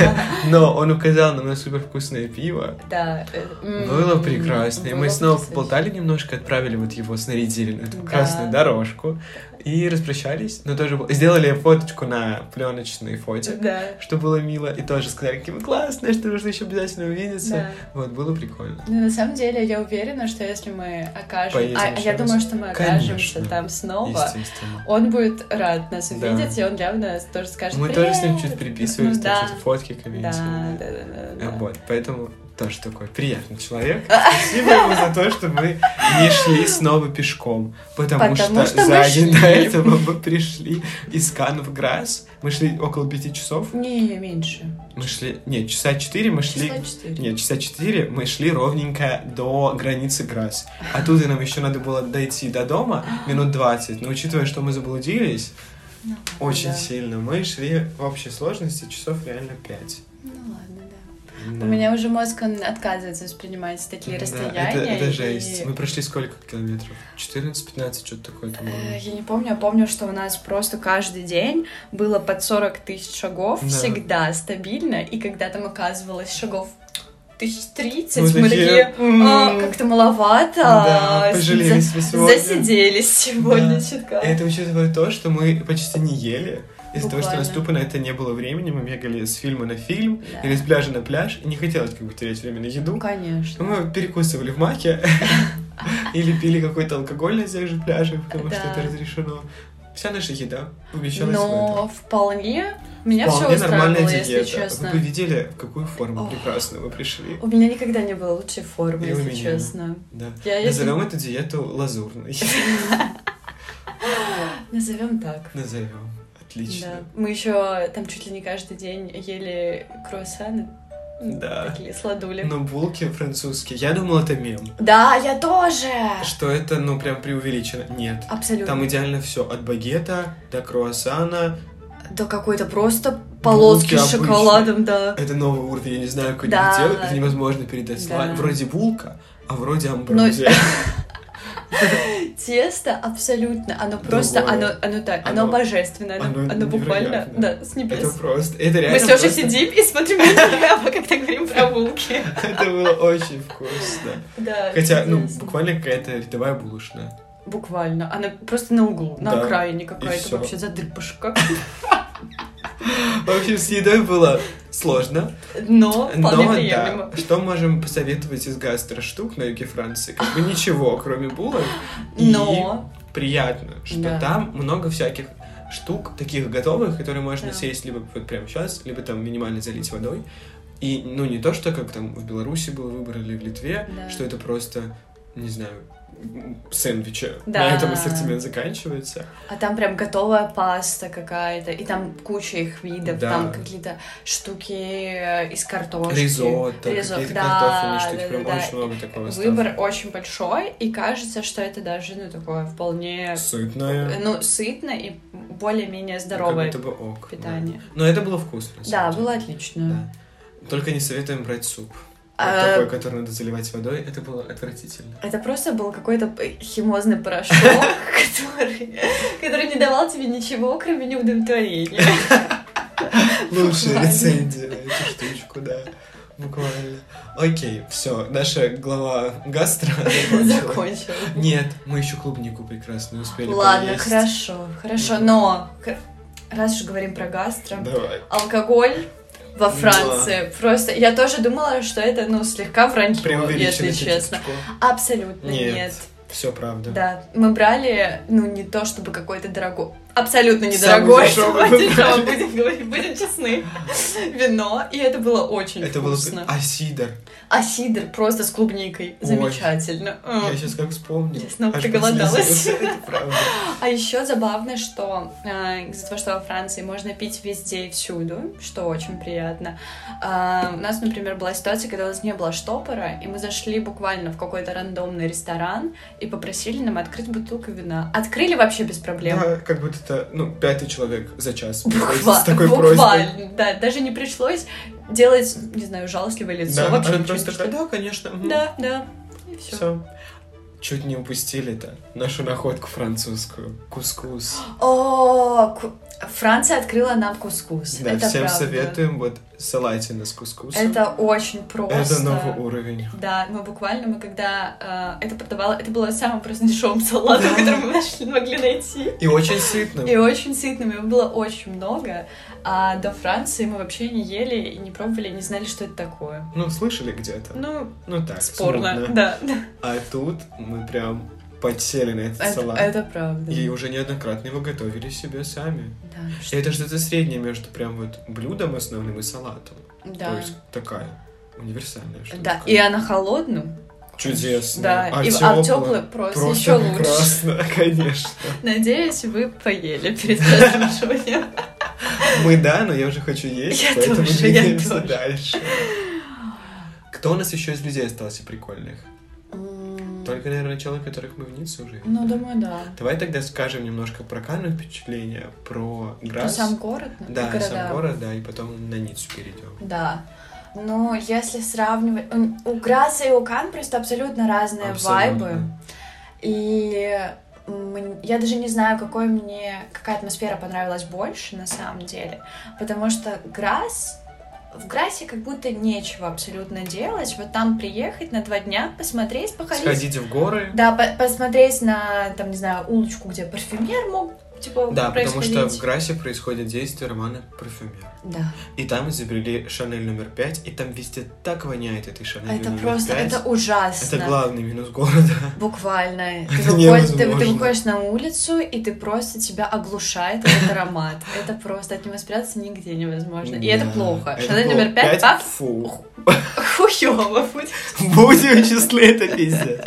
Speaker 1: но он указал нам на супер вкусное пиво.
Speaker 2: Да. э, м,
Speaker 1: Было прекрасно. И
Speaker 2: было
Speaker 1: мы снова
Speaker 2: потрясающе.
Speaker 1: поболтали немножко, отправили вот его, снарядили на эту
Speaker 2: Да.
Speaker 1: красную дорожку. И распрощались. Но тоже бо- сделали фоточку на пленочной фоте,
Speaker 2: Да.
Speaker 1: что было мило. И тоже сказали, какие мы классные, что нужно еще обязательно увидеться.
Speaker 2: да.
Speaker 1: Вот, было прикольно.
Speaker 2: Ну, на самом деле, я уверена, что если мы окажем...
Speaker 1: Поедем
Speaker 2: а,
Speaker 1: еще
Speaker 2: я
Speaker 1: раз.
Speaker 2: думаю, что мы окажемся
Speaker 1: Конечно.
Speaker 2: там снова.
Speaker 1: Естественно.
Speaker 2: Он будет рад нас
Speaker 1: Да.
Speaker 2: увидеть, и он явно тоже скажет
Speaker 1: Мы тоже с ним
Speaker 2: «Привет!»
Speaker 1: чуть переписывались, там
Speaker 2: Ну да.
Speaker 1: что-то фотки
Speaker 2: Да, да,
Speaker 1: комментировали.
Speaker 2: да, да, да. А.
Speaker 1: Э, Вот, поэтому тоже такой приятный человек. Спасибо ему за то, что мы не шли снова пешком. Потому,
Speaker 2: Потому
Speaker 1: что,
Speaker 2: что мы
Speaker 1: за день до
Speaker 2: шли.
Speaker 1: этого мы пришли из Кан в Грас. Мы шли около пяти часов.
Speaker 2: Не, меньше.
Speaker 1: Мы шли... Нет, часа четыре мы шли...
Speaker 2: Числа четыре.
Speaker 1: Нет, часа четыре мы шли ровненько до границы Грас. Оттуда нам еще надо было дойти до дома минут 20. Но учитывая, что мы заблудились
Speaker 2: Ну,
Speaker 1: очень
Speaker 2: да.
Speaker 1: сильно, мы шли в общей сложности часов реально пять.
Speaker 2: Ну ладно, да.
Speaker 1: Да.
Speaker 2: У меня уже мозг он отказывается воспринимать такие
Speaker 1: Да,
Speaker 2: расстояния.
Speaker 1: это, это
Speaker 2: и-
Speaker 1: жесть. Ну, Мы прошли сколько километров? 14-15, что-то такое там было.
Speaker 2: Э, Я не помню, я помню, что у нас просто каждый день было под 40 тысяч шагов
Speaker 1: Да.
Speaker 2: всегда стабильно, и когда там оказывалось шагов тысяч
Speaker 1: Мы
Speaker 2: тридцать, мы такие,
Speaker 1: «М,
Speaker 2: «А, как-то маловато,
Speaker 1: да,
Speaker 2: а,
Speaker 1: пожалели
Speaker 2: за-
Speaker 1: себя сегодня».
Speaker 2: засиделись сегодня
Speaker 1: Да.
Speaker 2: чутка.
Speaker 1: Это учитывая то, что мы почти не ели. Из-за того, что у нас
Speaker 2: Буквально.
Speaker 1: тупо на это не было времени, мы бегали с фильма на фильм
Speaker 2: Да.
Speaker 1: или с пляжа на пляж, и не хотелось как бы терять время на еду.
Speaker 2: Ну, конечно.
Speaker 1: Мы перекусывали в маке или пили какой-то алкоголь на тех же пляжах, потому что
Speaker 2: Да.
Speaker 1: это разрешено. Вся наша еда помещалась в это.
Speaker 2: Но вполне меня все
Speaker 1: Вполне
Speaker 2: устраивало,
Speaker 1: нормальная
Speaker 2: если
Speaker 1: диета.
Speaker 2: честно.
Speaker 1: Вы бы видели, в какую форму
Speaker 2: Ох.
Speaker 1: прекрасную мы пришли.
Speaker 2: У меня никогда не было лучшей формы,
Speaker 1: И у
Speaker 2: если
Speaker 1: меня.
Speaker 2: честно.
Speaker 1: Да.
Speaker 2: Я, если...
Speaker 1: Назовем эту диету лазурной.
Speaker 2: Назовем так.
Speaker 1: Назовем.
Speaker 2: Да.
Speaker 1: Отлично.
Speaker 2: Мы еще там чуть ли не каждый день ели круассаны. М,
Speaker 1: Да. Ну.
Speaker 2: Такие сладули.
Speaker 1: Но булки французские. Я думал, это мем.
Speaker 2: Да, я тоже!
Speaker 1: Что это, ну, прям преувеличено. Нет.
Speaker 2: Абсолютно.
Speaker 1: Там идеально все. От багета до круассана.
Speaker 2: Да какой-то просто полоски с
Speaker 1: обычные.
Speaker 2: шоколадом, да.
Speaker 1: Это новый уровень. Я не знаю, как
Speaker 2: Да.
Speaker 1: они делают. Это невозможно передать словами.
Speaker 2: Да.
Speaker 1: Вроде булка, а вроде амброзия.
Speaker 2: Тесто абсолютно, оно просто,
Speaker 1: Другое.
Speaker 2: оно, оно так, оно,
Speaker 1: Оно-
Speaker 2: божественно, оно,
Speaker 1: оно
Speaker 2: оно буквально,
Speaker 1: невероятно.
Speaker 2: да, с небес.
Speaker 1: Это просто... Это реально
Speaker 2: Мы с Лешей
Speaker 1: просто-
Speaker 2: сидим и смотрим на тебя, когда говорим про булки.
Speaker 1: Это было очень вкусно.
Speaker 2: Да,
Speaker 1: Хотя, ну,
Speaker 2: интересно.
Speaker 1: буквально какая-то рядовая булочная.
Speaker 2: Буквально. Она просто на углу, на
Speaker 1: Да,
Speaker 2: окраине
Speaker 1: и
Speaker 2: какая-то
Speaker 1: всё.
Speaker 2: вообще задрыпушка.
Speaker 1: В общем, с едой было сложно,
Speaker 2: Но вполне
Speaker 1: но
Speaker 2: приемлемо.
Speaker 1: Ну да. Что можем посоветовать из гастроштук на юге Франции? Как бы ничего, кроме булок. И
Speaker 2: Но
Speaker 1: приятно, что
Speaker 2: Да.
Speaker 1: там много всяких штук, таких готовых, которые можно
Speaker 2: Да.
Speaker 1: съесть либо вот прямо сейчас, либо там минимально залить водой. И, ну, не то, что как там в Беларуси был выбор или в Литве,
Speaker 2: Да.
Speaker 1: что это просто, не знаю, м, сэндвичи.
Speaker 2: Да.
Speaker 1: На этом ассортимент заканчивается.
Speaker 2: А там прям готовая паста какая-то, и там куча их видов,
Speaker 1: Да.
Speaker 2: там какие-то штуки э, из картошки.
Speaker 1: Ризотто,
Speaker 2: Ризо-
Speaker 1: какие-то
Speaker 2: да,
Speaker 1: картофельные штуки,
Speaker 2: да,
Speaker 1: прям
Speaker 2: да,
Speaker 1: очень много такого
Speaker 2: Выбор очень большой, и кажется, что это даже, ну, такое вполне,
Speaker 1: стало. Сытное. Ну,
Speaker 2: ну, сытно и более-менее здоровое
Speaker 1: Как будто бы ок. да.
Speaker 2: питание.
Speaker 1: Но это было вкусно. на
Speaker 2: Да,
Speaker 1: самом
Speaker 2: было
Speaker 1: деле.
Speaker 2: отлично.
Speaker 1: Да. Только не советуем брать суп. Вот
Speaker 2: А,
Speaker 1: такой, который надо заливать водой. Это было отвратительно.
Speaker 2: Это просто был какой-то п- химозный порошок, который, который не давал тебе ничего, кроме неудовлетворения.
Speaker 1: Лучшая
Speaker 2: Буквально.
Speaker 1: рецензия на эту штучку, да. Буквально. Окей, все, наша глава гастро закончилась.
Speaker 2: Закончил.
Speaker 1: Нет, мы еще клубнику прекрасно успели
Speaker 2: Ладно,
Speaker 1: поесть.
Speaker 2: хорошо, хорошо, но х- раз уж говорим про гастро,
Speaker 1: Давай.
Speaker 2: алкоголь во Франции. Просто я тоже думала, что это, ну, слегка вранье, если честно. Абсолютно
Speaker 1: Нет.
Speaker 2: нет.
Speaker 1: Все правда.
Speaker 2: Да, мы брали, ну, не то чтобы какой-то дорогой, абсолютно
Speaker 1: Самый
Speaker 2: недорогой,
Speaker 1: дешёвый
Speaker 2: самый
Speaker 1: мы
Speaker 2: дешёвый,
Speaker 1: брали.
Speaker 2: будем говорить, будем честны, вино, и это было очень
Speaker 1: Это было...
Speaker 2: вкусно.
Speaker 1: А сидр?
Speaker 2: А сидр просто с клубникой,
Speaker 1: Ой.
Speaker 2: замечательно. М.
Speaker 1: Я сейчас как вспомню.
Speaker 2: Я снова
Speaker 1: Аж
Speaker 2: проголодалась.
Speaker 1: послезилась. Это правда.
Speaker 2: А еще забавно, что э, из-за того, что во Франции можно пить везде и всюду, что очень приятно. А, у нас, например, была ситуация, когда у нас не было штопора, и мы зашли буквально в какой-то рандомный ресторан и попросили нам открыть бутылку вина. Открыли вообще без проблем.
Speaker 1: Да, как будто это, ну, пятый человек за час.
Speaker 2: Буква-
Speaker 1: С такой просьбой.
Speaker 2: буквально, да, даже не пришлось делать, не знаю, жалостливое лицо,
Speaker 1: Да,
Speaker 2: вообще
Speaker 1: она
Speaker 2: ничего
Speaker 1: просто
Speaker 2: не
Speaker 1: такая,
Speaker 2: пришлось.
Speaker 1: да, конечно. мгм».
Speaker 2: Да, да, и все.
Speaker 1: Все. Чуть не упустили-то нашу находку французскую. Кускус.
Speaker 2: О, ку- Франция открыла нам кускус.
Speaker 1: Да,
Speaker 2: это
Speaker 1: всем
Speaker 2: правда.
Speaker 1: советуем. Вот салатина с кускусом.
Speaker 2: Это очень просто.
Speaker 1: Это новый уровень.
Speaker 2: Да, мы буквально, мы когда э, это продавала, это было самым просто дешевым салатом,
Speaker 1: Да.
Speaker 2: который мы нашли- могли найти.
Speaker 1: И очень сытно.
Speaker 2: И очень сытным, его было очень много. А до Франции мы вообще не ели и не пробовали, не знали, что это такое.
Speaker 1: Ну, слышали где-то?
Speaker 2: Ну,
Speaker 1: Ну, так,
Speaker 2: спорно,
Speaker 1: смутно.
Speaker 2: да.
Speaker 1: А тут мы прям подсели на этот
Speaker 2: Это,
Speaker 1: салат.
Speaker 2: это правда.
Speaker 1: И уже неоднократно его готовили себе сами.
Speaker 2: Да, ну
Speaker 1: И
Speaker 2: что-
Speaker 1: это что-то среднее между прям вот блюдом основным и салатом. То
Speaker 2: да.
Speaker 1: есть такая универсальная штука.
Speaker 2: Да, и она холодным.
Speaker 1: Чудесно.
Speaker 2: Да,
Speaker 1: А
Speaker 2: и
Speaker 1: тёплое?
Speaker 2: теплый просто,
Speaker 1: Просто
Speaker 2: еще лучше.
Speaker 1: прекрасно, конечно.
Speaker 2: Надеюсь, вы поели перед прослушиванием.
Speaker 1: Мы да, но я уже хочу есть,
Speaker 2: Я
Speaker 1: поэтому
Speaker 2: тоже, я
Speaker 1: двигаемся
Speaker 2: тоже.
Speaker 1: дальше. Кто у нас еще из людей остался прикольных?
Speaker 2: М,
Speaker 1: Только, наверное, человек, которых мы в Ницце уже видели.
Speaker 2: Ну, думаю, да.
Speaker 1: Давай тогда скажем немножко про Канну впечатления, про
Speaker 2: Про
Speaker 1: Грас.
Speaker 2: сам город, ну,
Speaker 1: Да, и
Speaker 2: города.
Speaker 1: сам город, да, и потом на Ниццу перейдем.
Speaker 2: Да. Но если сравнивать... м, У Граса и у Кан просто абсолютно разные вайбы. И м, я даже не знаю, какой мне, какая атмосфера понравилась больше, на самом деле. Потому что Грас... В Грасе как будто нечего абсолютно делать. Вот там приехать на два дня, посмотреть, походить.
Speaker 1: Сходите в горы.
Speaker 2: Да, по- посмотреть на, там, не знаю, улочку, где парфюмер мог, типа,
Speaker 1: Да, потому
Speaker 2: происходить.
Speaker 1: что в Грасе происходит действие романа «Парфюмер».
Speaker 2: Да.
Speaker 1: И там изобрели Шанель номер пять, и там везде так воняет этой Шанель
Speaker 2: А Это
Speaker 1: номер
Speaker 2: просто,
Speaker 1: пять.
Speaker 2: это ужасно.
Speaker 1: Это главный минус города.
Speaker 2: Буквально. Ты,
Speaker 1: Это
Speaker 2: выходишь, ты- ты
Speaker 1: невозможно.
Speaker 2: выходишь на улицу, и ты просто тебя оглушает этот аромат. Это просто от него спрятаться нигде невозможно. И это
Speaker 1: Да.
Speaker 2: плохо.
Speaker 1: Это
Speaker 2: Шанель
Speaker 1: плохо.
Speaker 2: номер пять,
Speaker 1: Пять,
Speaker 2: пап,
Speaker 1: Фу.
Speaker 2: хуёво будет.
Speaker 1: Будем числе это пиздец.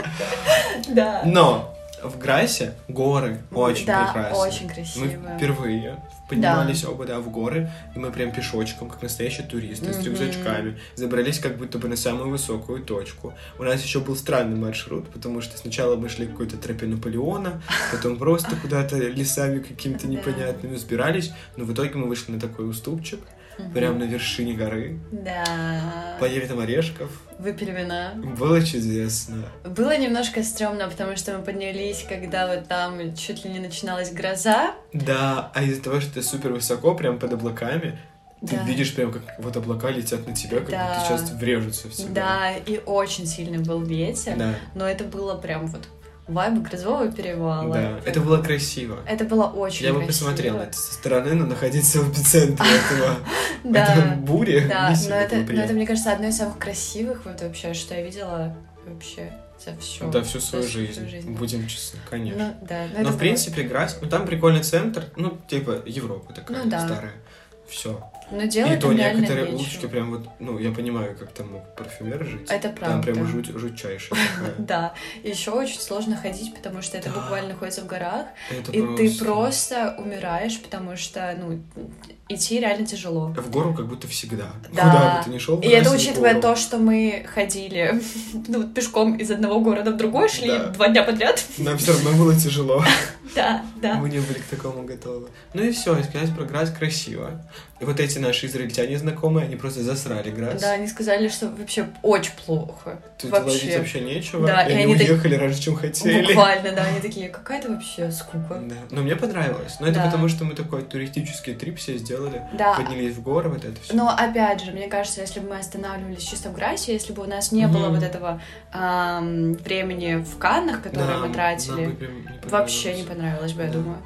Speaker 2: Да.
Speaker 1: Но в Грасе горы Ну, очень
Speaker 2: да,
Speaker 1: прекрасны.
Speaker 2: очень
Speaker 1: Мы
Speaker 2: красиво.
Speaker 1: впервые поднимались оба, да, в горы, и мы прям пешочком, как настоящие туристы, с
Speaker 2: Мгм.
Speaker 1: рюкзачками, забрались как будто бы на самую высокую точку. У нас еще был странный маршрут, потому что сначала мы шли к какой-то тропе Наполеона, потом просто куда-то лесами какими-то
Speaker 2: Да.
Speaker 1: непонятными сбирались, но в итоге мы вышли на такой уступчик,
Speaker 2: Мгм.
Speaker 1: прям на вершине горы.
Speaker 2: Да.
Speaker 1: Поели там орешков.
Speaker 2: Выпили вина.
Speaker 1: Было чудесно.
Speaker 2: Было немножко стрёмно, потому что мы поднялись, когда вот там чуть ли не начиналась гроза.
Speaker 1: Да, а из-за того, что ты супер высоко, прям под облаками, ты
Speaker 2: Да.
Speaker 1: видишь прям, как вот облака летят на тебя, как
Speaker 2: Да.
Speaker 1: будто сейчас врежутся в тебя.
Speaker 2: Да, и очень сильный был ветер.
Speaker 1: Да,
Speaker 2: Но это было прям вот вайб грозового перевала.
Speaker 1: да. Это было красиво.
Speaker 2: Это было очень
Speaker 1: Я бы
Speaker 2: красиво.
Speaker 1: посмотрел на это со стороны, но находиться в центре этого, этого
Speaker 2: Да,
Speaker 1: бури
Speaker 2: да,
Speaker 1: не
Speaker 2: но
Speaker 1: сильно
Speaker 2: это,
Speaker 1: было
Speaker 2: но это,
Speaker 1: приятно.
Speaker 2: мне кажется, одно из самых красивых вот вообще, что я видела вообще за все.
Speaker 1: Ну Да, всю свою
Speaker 2: всю
Speaker 1: жизнь.
Speaker 2: жизнь.
Speaker 1: Будем честны, конечно.
Speaker 2: Ну, да, но, это
Speaker 1: Но, в
Speaker 2: было-
Speaker 1: принципе, Грась, ну там прикольный центр, ну, типа Европа такая
Speaker 2: Ну да.
Speaker 1: старая. Все.
Speaker 2: Но
Speaker 1: И
Speaker 2: делать
Speaker 1: то
Speaker 2: там реально
Speaker 1: некоторые
Speaker 2: нечего.
Speaker 1: улочки прям вот, ну, я понимаю, как там мог парфюмер жить.
Speaker 2: Это
Speaker 1: Там
Speaker 2: правда.
Speaker 1: прям жуть, жутчайшая такая.
Speaker 2: Да, еще очень сложно ходить, потому что это
Speaker 1: Да.
Speaker 2: буквально находится в горах,
Speaker 1: Это
Speaker 2: и ты просто умираешь, потому что, ну, идти реально тяжело.
Speaker 1: В гору как будто всегда.
Speaker 2: Да.
Speaker 1: Куда бы ты ни шел,
Speaker 2: И это учитывая то, что мы ходили ну, пешком из одного города в другой, шли
Speaker 1: Да.
Speaker 2: два дня подряд.
Speaker 1: Нам все равно было тяжело.
Speaker 2: Да, да.
Speaker 1: Мы не были к такому готовы. Ну и все, и сказать про Грас красиво. И вот эти наши израильтяне знакомые, они просто засрали Грас.
Speaker 2: Да, они сказали, что вообще очень плохо.
Speaker 1: Тут
Speaker 2: вообще.
Speaker 1: ловить вообще нечего.
Speaker 2: Да,
Speaker 1: и,
Speaker 2: и
Speaker 1: они,
Speaker 2: они так-
Speaker 1: уехали раньше, чем хотели.
Speaker 2: Буквально, да, они такие, какая-то вообще скука.
Speaker 1: Да. Но мне понравилось. Но это
Speaker 2: Да.
Speaker 1: потому, что мы такой туристический трип себе сделали.
Speaker 2: Да,
Speaker 1: Поднялись в горы, вот это все.
Speaker 2: но опять же, мне кажется, если бы мы останавливались чисто в Грасе, если бы у нас не
Speaker 1: Мгм.
Speaker 2: было вот этого ам, времени в Каннах, которое мы тратили, вообще не понравилось бы, я
Speaker 1: Да.
Speaker 2: думаю.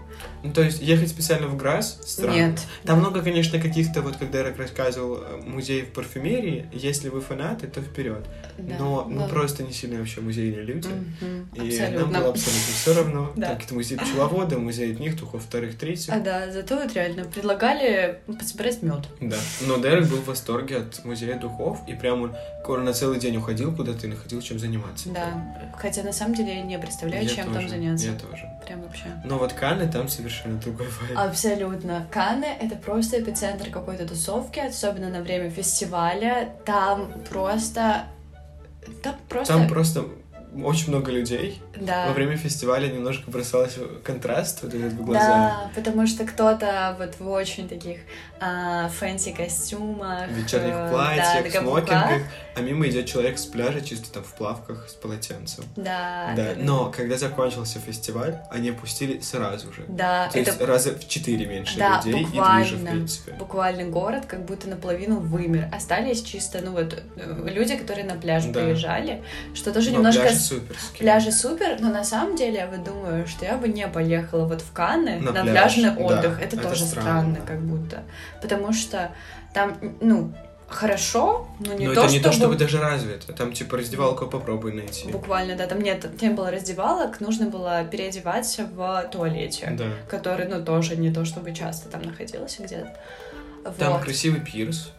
Speaker 1: Ну, то есть ехать специально в Грас странно.
Speaker 2: Нет.
Speaker 1: Там много, конечно, каких-то, вот как Дерек рассказывал, э, музеев парфюмерии. Если вы фанаты, то вперед.
Speaker 2: Да.
Speaker 1: Но мы
Speaker 2: Ну,
Speaker 1: просто не сильно вообще музейные люди.
Speaker 2: мгм,
Speaker 1: И нам было
Speaker 2: Абсолютно.
Speaker 1: абсолютно все равно.
Speaker 2: Да.
Speaker 1: Так, это музей пчеловода, музей одних, только вторых, третьих.
Speaker 2: А да, зато вот реально предлагали пособирать мед.
Speaker 1: Да. Но Дерек был в восторге от музея духов, и прям он скоро на целый день уходил куда-то и находил чем заниматься.
Speaker 2: Да. Хотя на самом деле я не представляю,
Speaker 1: Я
Speaker 2: чем
Speaker 1: тоже,
Speaker 2: там заняться.
Speaker 1: Я тоже.
Speaker 2: Прям вообще.
Speaker 1: Но вот Канны там совершенно другой вайб.
Speaker 2: А Абсолютно. Канны — это просто эпицентр какой-то тусовки, особенно на время фестиваля. Там просто... Там просто...
Speaker 1: Там просто очень много людей.
Speaker 2: Да.
Speaker 1: Во время фестиваля немножко бросалось контраст вот этот в глаза.
Speaker 2: Да, потому что кто-то вот в очень таких а, фэнси костюмах,
Speaker 1: В вечерних
Speaker 2: э, да, на
Speaker 1: платьях,
Speaker 2: каблуках.
Speaker 1: смокингах. А мимо идет человек с пляжа, чисто там в плавках, с полотенцем.
Speaker 2: Да.
Speaker 1: Да, но когда закончился фестиваль, они опустили сразу же.
Speaker 2: Да,
Speaker 1: То
Speaker 2: это
Speaker 1: есть раза в четыре меньше
Speaker 2: Да,
Speaker 1: людей и ближе, в
Speaker 2: буквально.
Speaker 1: принципе.
Speaker 2: буквально город как будто наполовину вымер. Остались чисто, ну вот, э, люди, которые на пляж
Speaker 1: Да.
Speaker 2: приезжали, что тоже
Speaker 1: Но
Speaker 2: немножко...
Speaker 1: пляжи
Speaker 2: с-
Speaker 1: суперские.
Speaker 2: Пляжи супер, но на самом деле я вот думаю, что я бы не поехала вот в Канны
Speaker 1: На
Speaker 2: на,
Speaker 1: пляж,
Speaker 2: пляжный
Speaker 1: да,
Speaker 2: отдых. это,
Speaker 1: это
Speaker 2: тоже
Speaker 1: странно.
Speaker 2: странно, как будто. Потому что там, ну, хорошо, но не
Speaker 1: Но
Speaker 2: то,
Speaker 1: это не то,
Speaker 2: чтобы
Speaker 1: чтобы даже развито. Там типа раздевалку попробуй найти.
Speaker 2: Буквально, да, там нет, там не было раздевалок, нужно было переодеваться в туалете,
Speaker 1: Да.
Speaker 2: который, ну, тоже не то чтобы часто там находился где-то.
Speaker 1: Там
Speaker 2: вот.
Speaker 1: красивый пирс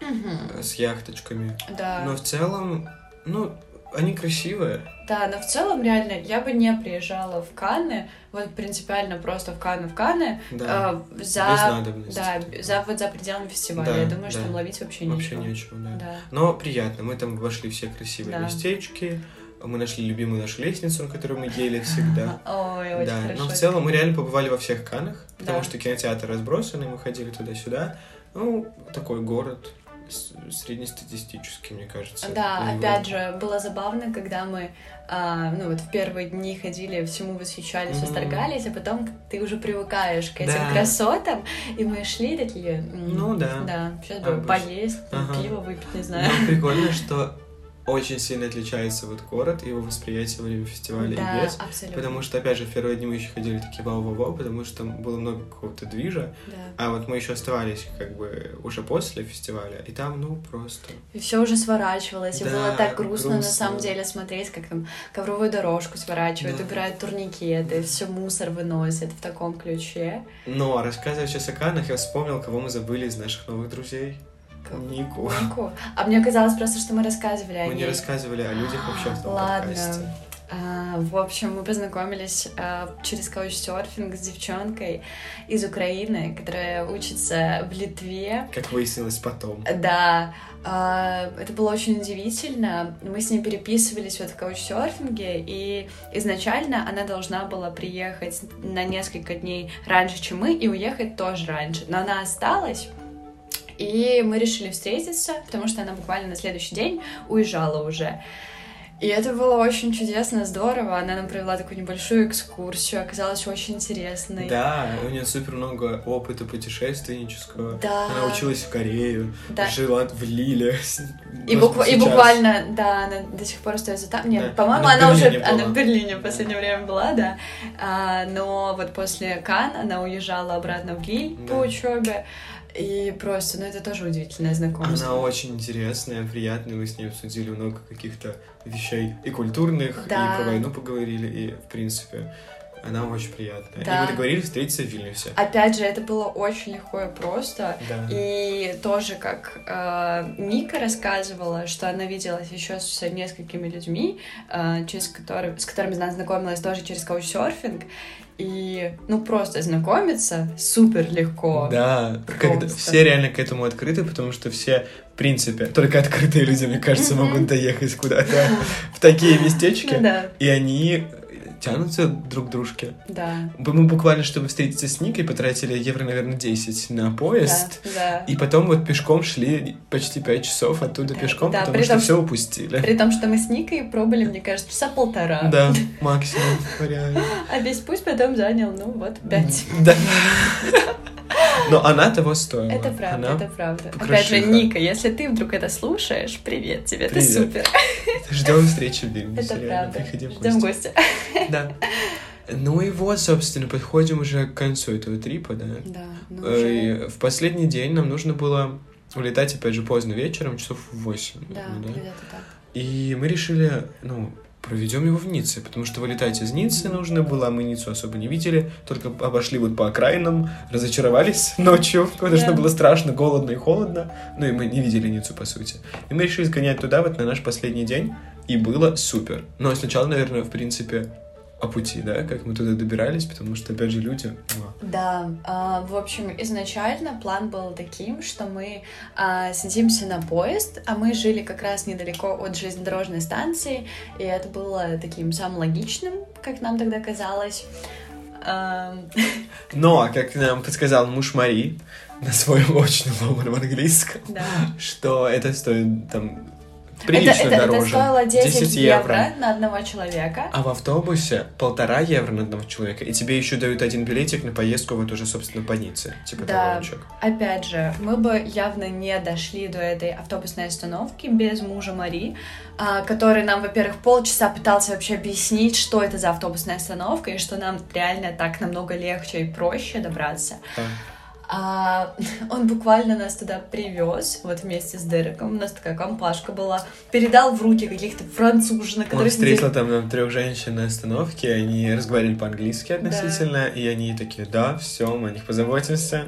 Speaker 2: Мгм.
Speaker 1: э, с яхточками.
Speaker 2: Да,
Speaker 1: Но в целом, ну, они красивые.
Speaker 2: да, но в целом реально я бы не приезжала в Канны, вот принципиально просто в Канны, в Канны,
Speaker 1: Да.
Speaker 2: э,
Speaker 1: Без
Speaker 2: за,
Speaker 1: надобности.
Speaker 2: да, за, вот за пределами фестиваля.
Speaker 1: Да,
Speaker 2: я думаю, что
Speaker 1: да.
Speaker 2: там ловить вообще,
Speaker 1: Вообще
Speaker 2: нечего.
Speaker 1: нечего, да.
Speaker 2: Да.
Speaker 1: Но приятно. Мы там обошли все красивые
Speaker 2: Да.
Speaker 1: местечки. Мы нашли любимую нашу лестницу, на которую мы ели всегда.
Speaker 2: Ой, очень
Speaker 1: да,
Speaker 2: хорошо.
Speaker 1: но в целом мы реально побывали во всех Канах, потому
Speaker 2: Да.
Speaker 1: что кинотеатры разбросаны, мы ходили туда-сюда. Ну, такой город с- среднестатистический, мне кажется.
Speaker 2: Да,
Speaker 1: на
Speaker 2: опять
Speaker 1: Европу.
Speaker 2: же, было забавно, когда мы, а, ну вот в первые дни ходили, всему восхищались,
Speaker 1: Мгм.
Speaker 2: восторгались, а потом ты уже привыкаешь к этим
Speaker 1: Да.
Speaker 2: красотам, и мы шли такие, м,
Speaker 1: Ну да.
Speaker 2: да, сейчас бы
Speaker 1: Обычно.
Speaker 2: поесть, там,
Speaker 1: Ага.
Speaker 2: пиво выпить, не знаю.
Speaker 1: Но прикольно, что очень сильно отличается вот город, его восприятие во время фестиваля Ну, и
Speaker 2: Да,
Speaker 1: без.
Speaker 2: абсолютно.
Speaker 1: Потому что, опять же, в первые дни мы еще ходили такие вау-вау-вау, потому что там было много какого-то движа.
Speaker 2: Да.
Speaker 1: А вот мы еще оставались как бы уже после фестиваля, и там, ну, просто...
Speaker 2: И все уже сворачивалось, и
Speaker 1: Да,
Speaker 2: было так грустно, на
Speaker 1: грустно.
Speaker 2: самом деле смотреть, как там ковровую дорожку сворачивают,
Speaker 1: Да.
Speaker 2: убирают турникеты, все мусор выносят в таком ключе.
Speaker 1: Но, рассказывая сейчас о Канах, я вспомнил, кого мы забыли из наших новых друзей.
Speaker 2: Кого?
Speaker 1: Нику.
Speaker 2: Прикол. А мне казалось просто, что мы рассказывали о
Speaker 1: Мы не
Speaker 2: ней.
Speaker 1: рассказывали о людях вообще в том
Speaker 2: Ладно.
Speaker 1: подкасте.
Speaker 2: А, В общем, мы познакомились а, через каучсерфинг с девчонкой из Украины, которая учится в Литве.
Speaker 1: Как выяснилось потом.
Speaker 2: Э, Да, а, это было очень удивительно. Мы с ней переписывались вот в каучсерфинге, и изначально она должна была приехать на несколько дней раньше, чем мы, и уехать тоже раньше. Но она осталась, И мы решили встретиться, потому что она буквально на следующий день уезжала уже. И это было очень чудесно, здорово. Она нам провела такую небольшую экскурсию, оказалась очень интересной.
Speaker 1: Да, у нее супер много опыта путешественнического.
Speaker 2: Да.
Speaker 1: Она училась в Корею,
Speaker 2: Да.
Speaker 1: жила в Лиле.
Speaker 2: И,
Speaker 1: Вот
Speaker 2: буква- и
Speaker 1: сейчас.
Speaker 2: буквально, да, она до сих пор остается там. Нет,
Speaker 1: Да.
Speaker 2: по-моему,
Speaker 1: Она в
Speaker 2: она, уже
Speaker 1: Берлине
Speaker 2: она
Speaker 1: была.
Speaker 2: в Берлине в последнее время была, да. А, но вот после Кан она уезжала обратно в Лиль
Speaker 1: Да.
Speaker 2: по учебе. И просто, ну это тоже удивительное знакомство.
Speaker 1: Она очень интересная, приятная, мы с ней обсудили много каких-то вещей и культурных,
Speaker 2: Да.
Speaker 1: и про войну поговорили, и, в принципе, она очень приятная.
Speaker 2: Да.
Speaker 1: И мы договорились встретиться в Вильнюсе.
Speaker 2: Опять же, это было очень легко и просто.
Speaker 1: Да.
Speaker 2: И тоже, как э, Ника рассказывала, что она виделась еще с несколькими людьми, э, через которые, с которыми она знакомилась тоже через каучсерфинг. И, ну, просто знакомиться супер легко.
Speaker 1: Да,
Speaker 2: Просто.
Speaker 1: когда- все реально к этому открыты, потому что все, в принципе, только открытые люди, мне кажется,
Speaker 2: Мгм.
Speaker 1: могут доехать куда-то в такие местечки,
Speaker 2: Ну да,
Speaker 1: и они тянутся друг к дружке.
Speaker 2: да,
Speaker 1: Бу- Мы буквально, чтобы встретиться с Никой, потратили евро, наверное, 10 на
Speaker 2: да,
Speaker 1: поезд,
Speaker 2: да.
Speaker 1: и потом вот пешком шли почти 5 часов оттуда пешком,
Speaker 2: Да,
Speaker 1: потому
Speaker 2: при
Speaker 1: что
Speaker 2: том,
Speaker 1: все упустили.
Speaker 2: При том, что мы с Никой пробыли, мне кажется, часа полтора.
Speaker 1: Да, максимум, реально.
Speaker 2: А весь путь потом занял, ну, вот, пять.
Speaker 1: Да. Но она того стоила.
Speaker 2: Это правда,
Speaker 1: Она
Speaker 2: это правда. Опять
Speaker 1: покрышиха.
Speaker 2: же, Ника, если ты вдруг это слушаешь, привет тебе,
Speaker 1: Привет.
Speaker 2: ты супер.
Speaker 1: Ждем встречи в Вильнюсе.
Speaker 2: Это
Speaker 1: реально,
Speaker 2: правда.
Speaker 1: приходи в
Speaker 2: Ждем
Speaker 1: гости.
Speaker 2: гостя.
Speaker 1: Да. Ну и вот, собственно, подходим уже к концу этого трипа, да.
Speaker 2: Да, ну уже...
Speaker 1: Э, и В последний день нам нужно было улетать, опять же, поздно вечером, часов в 8.
Speaker 2: Да, где-то так.
Speaker 1: И мы решили, ну, проведем его в Ницце, потому что вылетать из Ниццы нужно было, а мы Ниццу особо не видели, только обошли вот по окраинам, разочаровались ночью, потому что
Speaker 2: Да.
Speaker 1: было страшно, голодно и холодно, ну и мы не видели Ниццу, по сути. И мы решили сгонять туда вот на наш последний день, и было супер. Но сначала, наверное, в принципе, о пути, да, как мы туда добирались, потому что, опять же, люди... муа.
Speaker 2: Да, а, в общем, изначально план был таким, что мы а, садимся на поезд, а мы жили как раз недалеко от железнодорожной станции, и это было таким самым логичным, как нам тогда казалось. Ам,
Speaker 1: Но, как нам подсказал муж Мари, на своем очень ломаном английском,
Speaker 2: да.
Speaker 1: что это стоит там
Speaker 2: Это,
Speaker 1: прилично
Speaker 2: это, это
Speaker 1: дороже.
Speaker 2: стоило 10, евро. на одного человека.
Speaker 1: А в автобусе полтора евро на одного человека, и тебе еще дают один билетик на поездку вот уже, собственно, по Ницце. Типа
Speaker 2: Да.
Speaker 1: того, чувак.
Speaker 2: Опять же, мы бы явно не дошли до этой автобусной остановки без мужа Мари, а, который нам, во-первых, полчаса пытался вообще объяснить, что это за автобусная остановка и что нам реально так намного легче и проще добраться.
Speaker 1: Да.
Speaker 2: А, он буквально нас туда привез, вот вместе с Дереком, у нас такая компашка была, передал в руки каких-то француженок,
Speaker 1: Он
Speaker 2: которые сидели
Speaker 1: встретил там нам трех женщин на остановке, они разговаривали по-английски относительно, и они такие, да, все, мы о них позаботимся.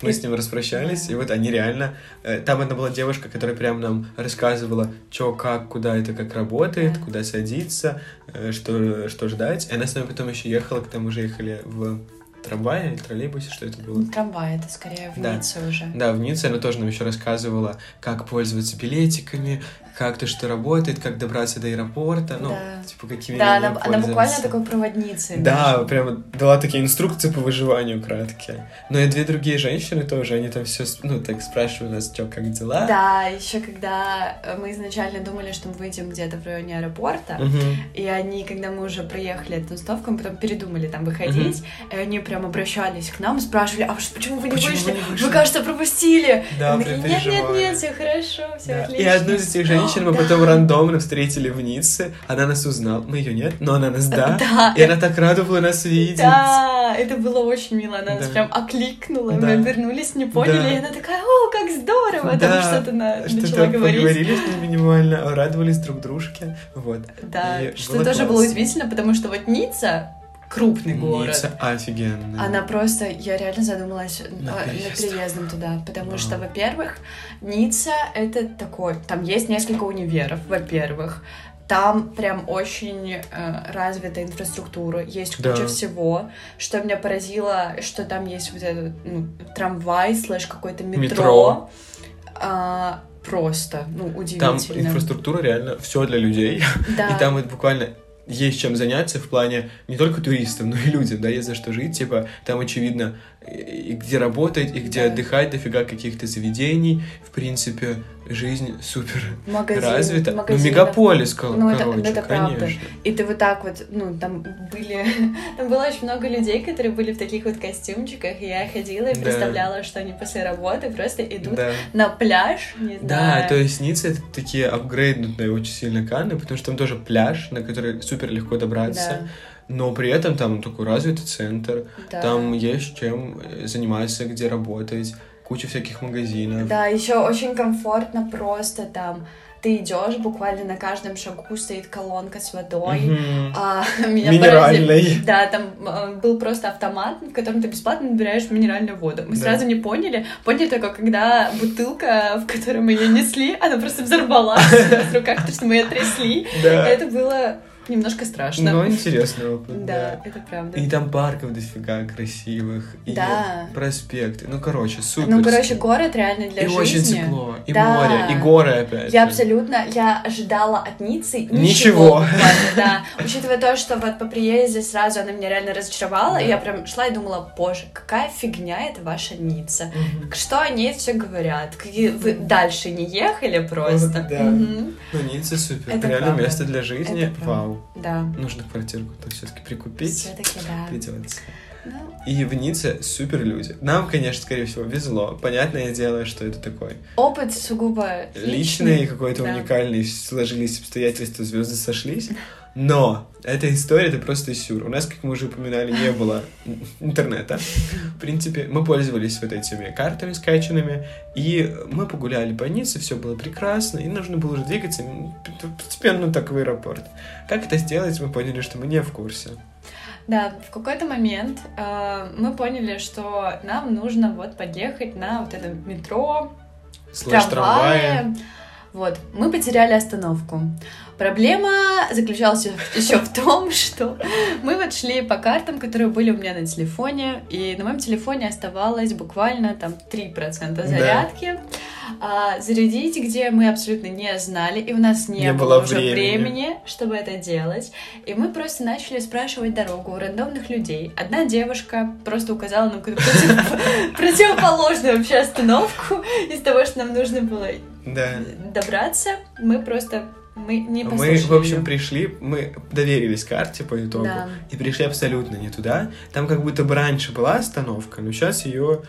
Speaker 1: Мы с ним распрощались, и вот они реально... э, Там одна была девушка, которая прям нам рассказывала, что, как, куда это, как работает,
Speaker 2: Да.
Speaker 1: куда садиться, э, что, что ждать. И она с нами потом еще ехала, к тому же ехали в трамвае или троллейбусе, что это было.
Speaker 2: Трамвай, это скорее в
Speaker 1: Да.
Speaker 2: Ницце уже.
Speaker 1: Да, в Ницце она тоже нам еще рассказывала, как пользоваться билетиками, как то что работает, как добраться до аэропорта, ну,
Speaker 2: Да.
Speaker 1: типа какими
Speaker 2: Да,
Speaker 1: линиями
Speaker 2: она, она буквально
Speaker 1: пользоваться.
Speaker 2: такой проводницей.
Speaker 1: Да, прямо дала такие инструкции по выживанию краткие. Но и две другие женщины тоже, они там все, ну, так спрашивают нас, что, как дела.
Speaker 2: Да, еще когда э, мы изначально думали, что мы выйдем где-то в районе аэропорта,
Speaker 1: Мгм.
Speaker 2: и они, когда мы уже проехали эту остановку, мы потом передумали там выходить, и они прям обращались к нам, спрашивали, а вы ж- почему вы не
Speaker 1: Почему
Speaker 2: вышли?
Speaker 1: вы не
Speaker 2: Вы,
Speaker 1: вышли?»
Speaker 2: кажется, пропустили.
Speaker 1: Да,
Speaker 2: Мы
Speaker 1: прям
Speaker 2: такие, нет, нет,
Speaker 1: переживали.
Speaker 2: нет, все хорошо, все
Speaker 1: Да.
Speaker 2: отлично.
Speaker 1: И одну из этих женщин мы
Speaker 2: Да.
Speaker 1: потом рандомно встретили в Ницце. Она нас узнала. Мы ее нет, но она нас да.
Speaker 2: Да,
Speaker 1: И она так рада была нас видеть.
Speaker 2: Да, это было очень мило, она нас
Speaker 1: Да.
Speaker 2: прям окликнула,
Speaker 1: Да.
Speaker 2: мы обернулись, не поняли,
Speaker 1: Да.
Speaker 2: и она такая, о, как здорово,
Speaker 1: Да,
Speaker 2: там что-то на- начала
Speaker 1: Что-то
Speaker 2: говорить.
Speaker 1: поговорили с ней минимально, радовались друг дружке. Вот.
Speaker 2: Да,
Speaker 1: И
Speaker 2: что
Speaker 1: было
Speaker 2: тоже было
Speaker 1: классно.
Speaker 2: удивительно, потому что вот Ницца крупный город.
Speaker 1: Ницца офигенная.
Speaker 2: Она просто, я реально задумалась э,
Speaker 1: На
Speaker 2: над
Speaker 1: переезд.
Speaker 2: переездом туда, потому
Speaker 1: Да.
Speaker 2: что, во-первых, Ницца это такой, там есть несколько универов, во-первых, там прям очень э, развита инфраструктура, есть куча
Speaker 1: Да.
Speaker 2: всего, что меня поразило, что там есть вот этот ну, трамвай слэш какое-то
Speaker 1: Метро.
Speaker 2: метро, А, просто, ну удивительно.
Speaker 1: Там инфраструктура реально все для людей.
Speaker 2: Да.
Speaker 1: И там вот буквально есть чем заняться в плане не только туристам, но и людям, да, есть за что жить. Типа, там, очевидно, и где работать, и где
Speaker 2: Да.
Speaker 1: отдыхать, дофига каких-то заведений. В принципе, жизнь супер
Speaker 2: Магазин,
Speaker 1: развита. Ну,
Speaker 2: магазин, да.
Speaker 1: мегаполис, кол-
Speaker 2: Ну, это-
Speaker 1: короче,
Speaker 2: это правда.
Speaker 1: конечно.
Speaker 2: И ты вот так вот, ну, там были, там было очень много людей, которые были в таких вот костюмчиках, и я ходила и
Speaker 1: Да.
Speaker 2: представляла, что они после работы просто идут
Speaker 1: Да.
Speaker 2: на пляж, не
Speaker 1: Да,
Speaker 2: знаю.
Speaker 1: то есть Ницца это такие апгрейднутые очень сильно Канны, потому что там тоже пляж, на который супер легко добраться, но при этом там такой развитый центр,
Speaker 2: да.
Speaker 1: там есть чем э, заниматься, где работать, куча всяких магазинов.
Speaker 2: Да, еще очень комфортно просто там. Ты идешь, буквально на каждом шагу стоит колонка с водой.
Speaker 1: Мгм.
Speaker 2: А, меня поразило-
Speaker 1: Минеральный.
Speaker 2: Да, там э, был просто автомат, в котором ты бесплатно набираешь минеральную воду. Мы
Speaker 1: Да.
Speaker 2: сразу не поняли. Поняли только, когда бутылка, в которой мы ее несли, она просто взорвалась у нас в руках, потому что мы ее трясли.
Speaker 1: Да.
Speaker 2: Это было немножко страшно.
Speaker 1: Но интересный опыт.
Speaker 2: Да, это правда.
Speaker 1: Ну, И там парков дофига красивых, и
Speaker 2: Да.
Speaker 1: проспекты. Ну, короче, супер.
Speaker 2: Ну, короче, город реально для
Speaker 1: И очень
Speaker 2: жизни.
Speaker 1: тепло, и
Speaker 2: Да.
Speaker 1: море, и горы опять.
Speaker 2: Я
Speaker 1: же.
Speaker 2: абсолютно, я ожидала от Ниццы ничего.
Speaker 1: Ничего.
Speaker 2: буквально, да. Учитывая то, что вот по приезде сразу она меня реально разочаровала,
Speaker 1: Да.
Speaker 2: и я прям шла и думала, боже, какая фигня это ваша Ницца.
Speaker 1: Мгм.
Speaker 2: Что о ней все говорят? Какие вы дальше не ехали просто?
Speaker 1: Да.
Speaker 2: Мгм.
Speaker 1: Ну, Ницца супер.
Speaker 2: Это
Speaker 1: Реально
Speaker 2: правда.
Speaker 1: место для жизни.
Speaker 2: Это правда.
Speaker 1: Вау.
Speaker 2: Да.
Speaker 1: Нужно квартирку-то все-таки прикупить.
Speaker 2: Все-таки да.
Speaker 1: Придется.
Speaker 2: Ну,
Speaker 1: И в Ницце супер люди. Нам, конечно, скорее всего, везло. Понятное дело, что это такой
Speaker 2: опыт сугубо
Speaker 1: личный, какой-то
Speaker 2: да.
Speaker 1: уникальный, сложились обстоятельства, звезды сошлись. Но эта история это просто сюр. У нас, как мы уже упоминали, не было интернета. В принципе, мы пользовались вот этими картами скачанными, и мы погуляли по Ницце, все было прекрасно, и нужно было уже двигаться м, постепенно так в аэропорт. Как это сделать, мы поняли, что мы не в курсе.
Speaker 2: Да, в какой-то момент э, мы поняли, что нам нужно вот подъехать на вот это метро,
Speaker 1: Слэш трамвая.
Speaker 2: трамвае. Вот, мы потеряли остановку. Проблема заключалась еще в том, что мы вот шли по картам, которые были у меня на телефоне, и на моем телефоне оставалось буквально там 3% зарядки. А, зарядить, где мы абсолютно не знали, и у нас не,
Speaker 1: Не
Speaker 2: было,
Speaker 1: было
Speaker 2: уже
Speaker 1: времени.
Speaker 2: времени, чтобы это делать. И мы просто начали спрашивать дорогу у рандомных людей. Одна девушка просто указала нам какую-то против- противоположную вообще остановку из того, что нам нужно было
Speaker 1: Да.
Speaker 2: добраться. Мы просто мы не
Speaker 1: Мы,
Speaker 2: послушали.
Speaker 1: в общем,
Speaker 2: её.
Speaker 1: пришли, мы доверились карте по итогу
Speaker 2: Да.
Speaker 1: и пришли абсолютно не туда. Там как будто бы раньше была остановка, но сейчас ее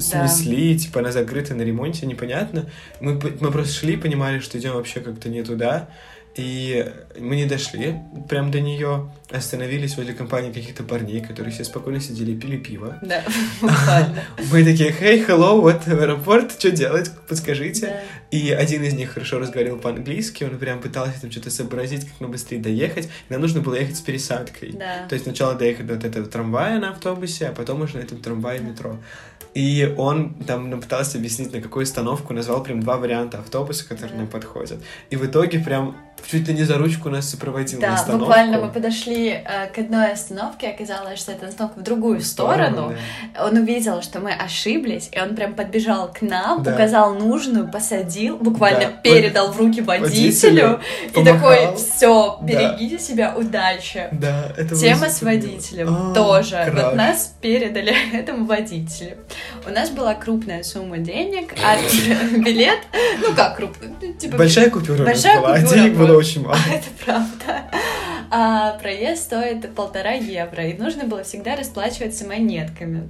Speaker 1: снесли, типа она закрыта на ремонте, непонятно. Мы, п- мы просто шли, понимали, что идем вообще как-то не туда. И мы не дошли прям до нее, остановились возле компании каких-то парней, которые все спокойно сидели, пили пиво.
Speaker 2: Да, буквально.
Speaker 1: Мы такие, хей, hello, вот аэропорт, что делать, подскажите.
Speaker 2: Да.
Speaker 1: И один из них хорошо разговаривал по-английски, он прям пытался там что-то сообразить, как нам быстрее доехать. Нам нужно было ехать с пересадкой.
Speaker 2: Да.
Speaker 1: То есть сначала доехать до вот этого трамвая на автобусе, а потом уже на этом трамвае метро. И он там нам пытался объяснить, на какую остановку, назвал прям два варианта автобуса, которые
Speaker 2: Да.
Speaker 1: нам подходят. И в итоге прям чуть ли не за ручку нас сопроводил на
Speaker 2: Да,
Speaker 1: остановку.
Speaker 2: буквально мы подошли э, к одной остановке, оказалось, что это остановка в другую сторону.
Speaker 1: да.
Speaker 2: Он увидел, что мы ошиблись, и он прям подбежал к нам,
Speaker 1: Да.
Speaker 2: указал нужную, посадил,
Speaker 1: Да.
Speaker 2: буквально передал в руки водителю,
Speaker 1: Водителю,
Speaker 2: и
Speaker 1: помахал.
Speaker 2: такой, все,
Speaker 1: Да.
Speaker 2: берегите себя, удачи.
Speaker 1: Да, это было
Speaker 2: Тема с
Speaker 1: супер мило.
Speaker 2: водителем
Speaker 1: А,
Speaker 2: тоже. Вот
Speaker 1: краш.
Speaker 2: нас передали этому водителю. У нас была крупная сумма денег, а билет, ну как крупный, ну, типа
Speaker 1: Большая купюра у нас
Speaker 2: Большая
Speaker 1: была, а
Speaker 2: купюра
Speaker 1: денег
Speaker 2: была.
Speaker 1: было очень мало.
Speaker 2: это правда. А проезд стоит полтора евро, и нужно было всегда расплачиваться монетками.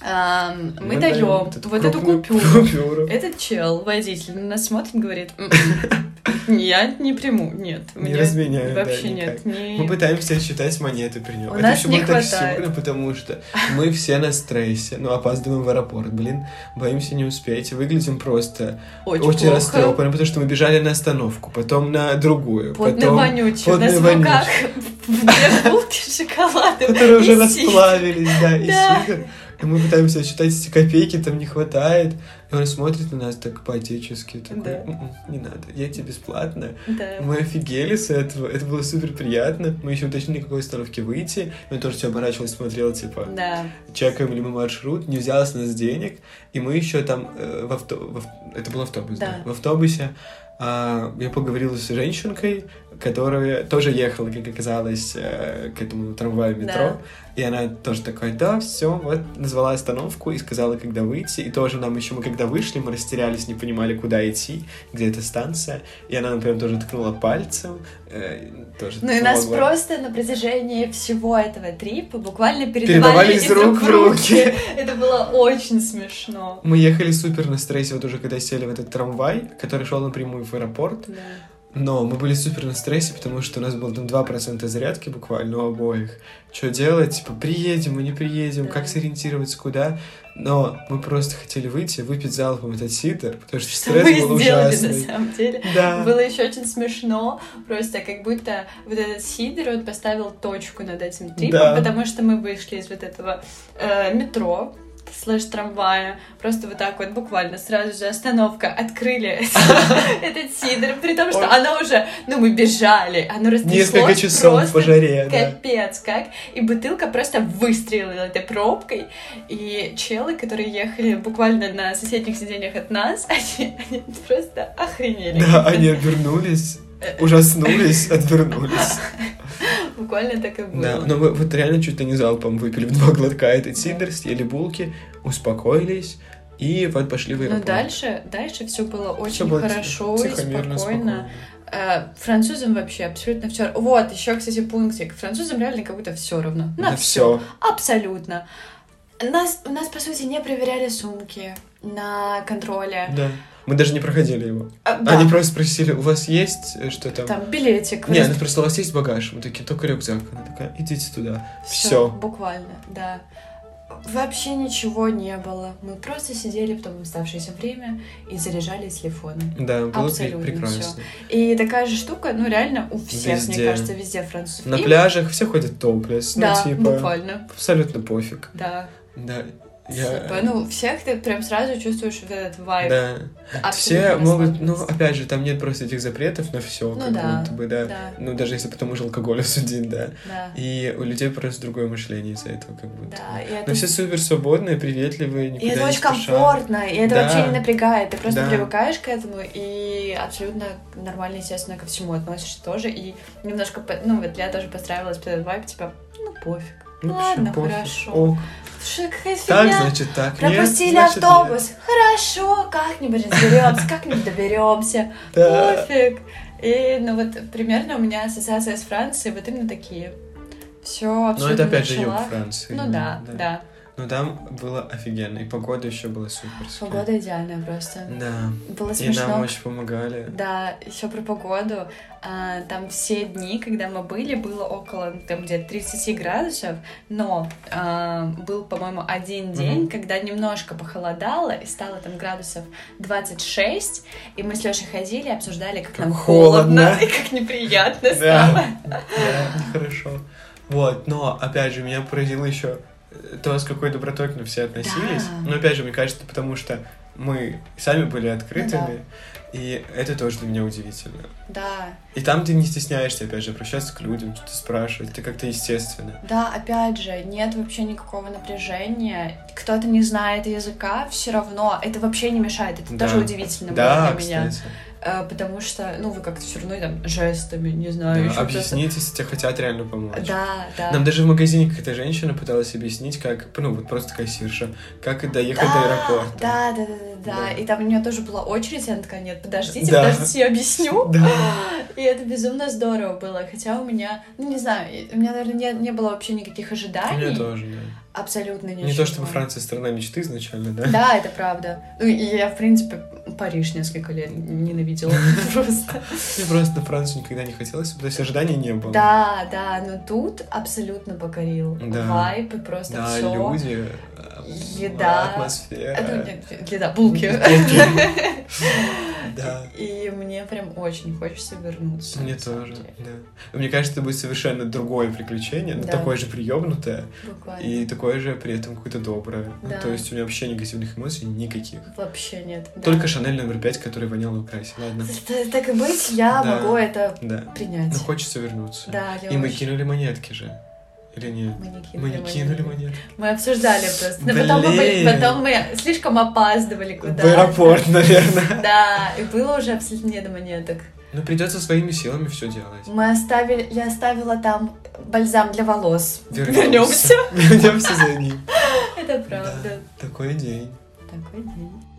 Speaker 2: Ам, мы, даем вот эту,
Speaker 1: крупную
Speaker 2: купюру.
Speaker 1: купюру.
Speaker 2: Этот чел, водитель, на нас смотрит и говорит, «М-м, я не приму, нет. у
Speaker 1: Не
Speaker 2: меня
Speaker 1: разменяю, да,
Speaker 2: Вообще
Speaker 1: никак.
Speaker 2: нет. не-
Speaker 1: Мы пытаемся считать монеты при нем.
Speaker 2: У
Speaker 1: это
Speaker 2: нас
Speaker 1: все
Speaker 2: не
Speaker 1: было так
Speaker 2: хватает.
Speaker 1: сильно, потому что мы все на стрессе, ну, опаздываем в аэропорт, блин, боимся не успеть, выглядим просто
Speaker 2: Очень,
Speaker 1: очень,
Speaker 2: плохо.
Speaker 1: растрепанно, потому что мы бежали на остановку, потом на другую,
Speaker 2: Потный
Speaker 1: потом...
Speaker 2: вонючий. У
Speaker 1: потный
Speaker 2: нас в руках две булки шоколада.
Speaker 1: Которые уже
Speaker 2: и сип.
Speaker 1: расплавились, да, и
Speaker 2: Да.
Speaker 1: сидр. И мы пытаемся считать эти копейки, там не хватает. И он смотрит на нас так по-отечески, такой,
Speaker 2: Да.
Speaker 1: «М-м, не надо, я тебе бесплатно.
Speaker 2: Да.
Speaker 1: Мы офигели с этого, это было супер приятно. Мы еще уточнили, какой остановки выйти. И Он тоже все оборачивался, смотрел, типа,
Speaker 2: Да.
Speaker 1: чекаем ли мы маршрут, не взял с нас денег. И мы еще там э, в авто... в ав- Это был автобус, да?
Speaker 2: Да.
Speaker 1: В автобусе а, я поговорил с женщинкой, которая тоже ехала, как оказалось, э, к этому трамваю метро.
Speaker 2: Да.
Speaker 1: И она тоже такая, да, все, вот, назвала остановку и сказала, когда выйти. И тоже нам еще, мы когда вышли, мы растерялись, не понимали, куда идти, где эта станция. И она, например, тоже ткнула пальцем. э, тоже
Speaker 2: Ну и нас
Speaker 1: помогла.
Speaker 2: просто на протяжении всего этого трипа буквально
Speaker 1: Передавали
Speaker 2: передавали
Speaker 1: из рук в руки.
Speaker 2: Это было очень смешно.
Speaker 1: Мы ехали супер на стрессе, вот уже когда сели в этот трамвай, который шел напрямую в аэропорт. Но мы были супер на стрессе, потому что у нас было там 2% зарядки буквально у обоих. Что делать? Типа, приедем мы не приедем,
Speaker 2: Да.
Speaker 1: как сориентироваться, куда? Но мы просто хотели выйти, выпить залпом этот сидр, потому что,
Speaker 2: Что мы
Speaker 1: стресс
Speaker 2: и
Speaker 1: был
Speaker 2: сделали на
Speaker 1: ужасный.
Speaker 2: самом деле.
Speaker 1: Да.
Speaker 2: Было еще очень смешно, просто как будто вот этот Сидор, он поставил точку над этим трипом,
Speaker 1: Да.
Speaker 2: потому что мы вышли из вот этого э, метро слэш трамвая, просто вот так вот буквально сразу же остановка, открыли этот сидр, при том, что
Speaker 1: Ой.
Speaker 2: оно уже, ну мы бежали, оно
Speaker 1: Несколько
Speaker 2: разнеслось
Speaker 1: часов в
Speaker 2: просто
Speaker 1: пожаре, да.
Speaker 2: Капец, как. И бутылка просто выстрелила этой пробкой. И челы, которые ехали буквально на соседних сиденьях от нас, они, они просто охренели.
Speaker 1: Да, они обернулись, ужаснулись, отвернулись.
Speaker 2: Буквально так и было.
Speaker 1: Да, но мы вот реально чуть ли не залпом выпили в два глотка этот сидр, съели булки, успокоились и вот пошли в
Speaker 2: Но
Speaker 1: аэропорт.
Speaker 2: Ну, дальше, дальше все было очень
Speaker 1: Всё было
Speaker 2: хорошо и
Speaker 1: тихомирно,
Speaker 2: спокойно.
Speaker 1: спокойно.
Speaker 2: Э, Французам вообще абсолютно все. Вот, еще, кстати, пунктик. Французам реально как будто все равно. На
Speaker 1: На
Speaker 2: все.
Speaker 1: все.
Speaker 2: Абсолютно. Нас, нас, по сути, не проверяли сумки на контроле.
Speaker 1: Да. Мы даже не проходили его.
Speaker 2: А, да,
Speaker 1: Они просто спросили, у вас есть э, что там?
Speaker 2: там билетик.
Speaker 1: Не, ну она спросила, у вас есть багаж? Мы такие, только рюкзак. Она такая, идите туда.
Speaker 2: Всё,
Speaker 1: Всё.
Speaker 2: Буквально, да. Вообще ничего не было. Мы просто сидели потом в оставшееся время и заряжали телефоны.
Speaker 1: Да, было при-
Speaker 2: Абсолютно
Speaker 1: прекрасно.
Speaker 2: И такая же штука, ну реально у всех,
Speaker 1: Везде.
Speaker 2: мне кажется, везде французов.
Speaker 1: На
Speaker 2: И-
Speaker 1: пляжах все ходят топлес.
Speaker 2: Да,
Speaker 1: ну, типа,
Speaker 2: буквально,
Speaker 1: абсолютно пофиг.
Speaker 2: да.
Speaker 1: Да. Я...
Speaker 2: Типа, ну, всех ты прям сразу чувствуешь вот этот вайб.
Speaker 1: да.
Speaker 2: абсолютно
Speaker 1: Все могут, ну,
Speaker 2: расслабленность.
Speaker 1: опять же, там нет просто этих запретов на все,
Speaker 2: Ну
Speaker 1: как
Speaker 2: да,
Speaker 1: будто бы, да.
Speaker 2: Да,
Speaker 1: Ну, даже если потом уж алкоголь осудить, да.
Speaker 2: да,
Speaker 1: И у людей просто другое мышление из-за этого, как будто.
Speaker 2: да. И
Speaker 1: Но
Speaker 2: это,
Speaker 1: все супер свободные, приветливые,
Speaker 2: и
Speaker 1: никуда
Speaker 2: это
Speaker 1: не
Speaker 2: очень
Speaker 1: спешат.
Speaker 2: комфортно, и это
Speaker 1: Да.
Speaker 2: вообще не напрягает. Ты просто
Speaker 1: Да.
Speaker 2: привыкаешь к этому и абсолютно нормально, естественно, ко всему относишься тоже. И немножко, по- ну, вот я тоже постраивалась под этот вайб, типа, ну, пофиг.
Speaker 1: Ну, вообще
Speaker 2: Ладно,
Speaker 1: пофиг.
Speaker 2: хорошо.
Speaker 1: Ок.
Speaker 2: Что, какая
Speaker 1: Так,
Speaker 2: фигня?
Speaker 1: значит, так. Нет,
Speaker 2: Пропустили
Speaker 1: значит, нет.
Speaker 2: автобус. Хорошо, как-нибудь разберемся, как-нибудь доберемся.
Speaker 1: Да.
Speaker 2: Пофиг. И, ну вот, примерно у меня ассоциация с Францией вот именно такие. Все
Speaker 1: Но
Speaker 2: абсолютно
Speaker 1: Ну, это опять же
Speaker 2: на
Speaker 1: юг
Speaker 2: чилах.
Speaker 1: Франции.
Speaker 2: Ну да, да.
Speaker 1: Но там было офигенно, и погода еще была супер.
Speaker 2: Погода идеальная просто.
Speaker 1: Да.
Speaker 2: Было
Speaker 1: И нам
Speaker 2: смешно.
Speaker 1: очень помогали.
Speaker 2: Да, еще про погоду. А, там все дни, когда мы были, было около ну, там где-то 30 градусов, но а, был, по-моему, один день,
Speaker 1: Мгм.
Speaker 2: когда немножко похолодало и стало там градусов 26, и мы с Лешей ходили, обсуждали, как,
Speaker 1: Как
Speaker 2: нам холодно.
Speaker 1: холодно.
Speaker 2: и как неприятно
Speaker 1: Да.
Speaker 2: стало.
Speaker 1: Да, хорошо. Вот, но опять же, меня поразило еще то, с какой добротой к нам все относились.
Speaker 2: Да.
Speaker 1: Но опять же, мне кажется, потому что мы сами были
Speaker 2: Ну
Speaker 1: открытыми, и это тоже для меня удивительно.
Speaker 2: Да,
Speaker 1: И там ты не стесняешься, опять же, обращаться к людям, что-то спрашивать, это как-то естественно.
Speaker 2: Да, опять же, нет вообще никакого напряжения. Кто-то не знает языка, все равно это вообще не мешает. Это
Speaker 1: Да.
Speaker 2: тоже удивительно
Speaker 1: да,
Speaker 2: было для меня.
Speaker 1: кстати.
Speaker 2: Э, Потому что, ну, вы как-то все равно там жестами, не
Speaker 1: Да,
Speaker 2: знаю, еще
Speaker 1: объяснить, если тебе хотят реально
Speaker 2: кто-то.
Speaker 1: помочь.
Speaker 2: Ну, Да, да.
Speaker 1: Нам даже в магазине какая-то женщина пыталась объяснить, как, ну вот просто кассирша, как доехать до аэропорта.
Speaker 2: Да, да, да, да, да.
Speaker 1: Да.
Speaker 2: И там у нее тоже была очередь, и она такая, нет, подождите,
Speaker 1: Да.
Speaker 2: подождите, я объясню.
Speaker 1: Да.
Speaker 2: И это безумно здорово было. Хотя у меня, ну не знаю, у меня, наверное, не, не было вообще никаких
Speaker 1: У меня
Speaker 2: ожиданий.
Speaker 1: тоже, да.
Speaker 2: Абсолютно ничего.
Speaker 1: Не то, чтобы Франция страна мечты изначально, да?
Speaker 2: Да, это правда. Ну, и я, в принципе, Париж несколько лет ненавидела просто.
Speaker 1: Мне просто на Францию никогда не хотелось, потому что ожиданий не было.
Speaker 2: Да, да, но тут абсолютно покорил
Speaker 1: Да.
Speaker 2: вайп и просто
Speaker 1: Да,
Speaker 2: все.
Speaker 1: люди, э,
Speaker 2: Еда.
Speaker 1: атмосфера.
Speaker 2: Еда, булки.
Speaker 1: Булки. Да.
Speaker 2: И мне прям очень хочется вернуться.
Speaker 1: Мне
Speaker 2: на самом
Speaker 1: тоже,
Speaker 2: деле.
Speaker 1: да. Мне кажется, это будет совершенно другое приключение, но
Speaker 2: Да.
Speaker 1: такое же приемнутое
Speaker 2: Буквально.
Speaker 1: и такое же при этом какое-то доброе. Ну,
Speaker 2: Да.
Speaker 1: То есть у меня вообще негативных эмоций никаких.
Speaker 2: Вообще нет. да.
Speaker 1: Только Шанель номер пять, который вонял и украсил. Ладно,
Speaker 2: Т- Так и быть, я
Speaker 1: Да.
Speaker 2: могу это
Speaker 1: да.
Speaker 2: принять.
Speaker 1: Но хочется вернуться.
Speaker 2: Да, я
Speaker 1: И мы
Speaker 2: очень-
Speaker 1: кинули монетки же. Или нет?
Speaker 2: Мы не кинули.
Speaker 1: Мы не кинули
Speaker 2: монетки.
Speaker 1: монет.
Speaker 2: Мы обсуждали просто. Но потом мы, были-
Speaker 1: Блин.
Speaker 2: потом мы слишком опаздывали
Speaker 1: В
Speaker 2: куда-то.
Speaker 1: аэропорт, наверное.
Speaker 2: Да, и было уже абсолютно не до монеток.
Speaker 1: Ну, придется своими силами все делать.
Speaker 2: Мы оставили, я оставила там бальзам для волос.
Speaker 1: Вернемся за ним.
Speaker 2: Это
Speaker 1: Да,
Speaker 2: правда.
Speaker 1: Такой день.
Speaker 2: Такой день.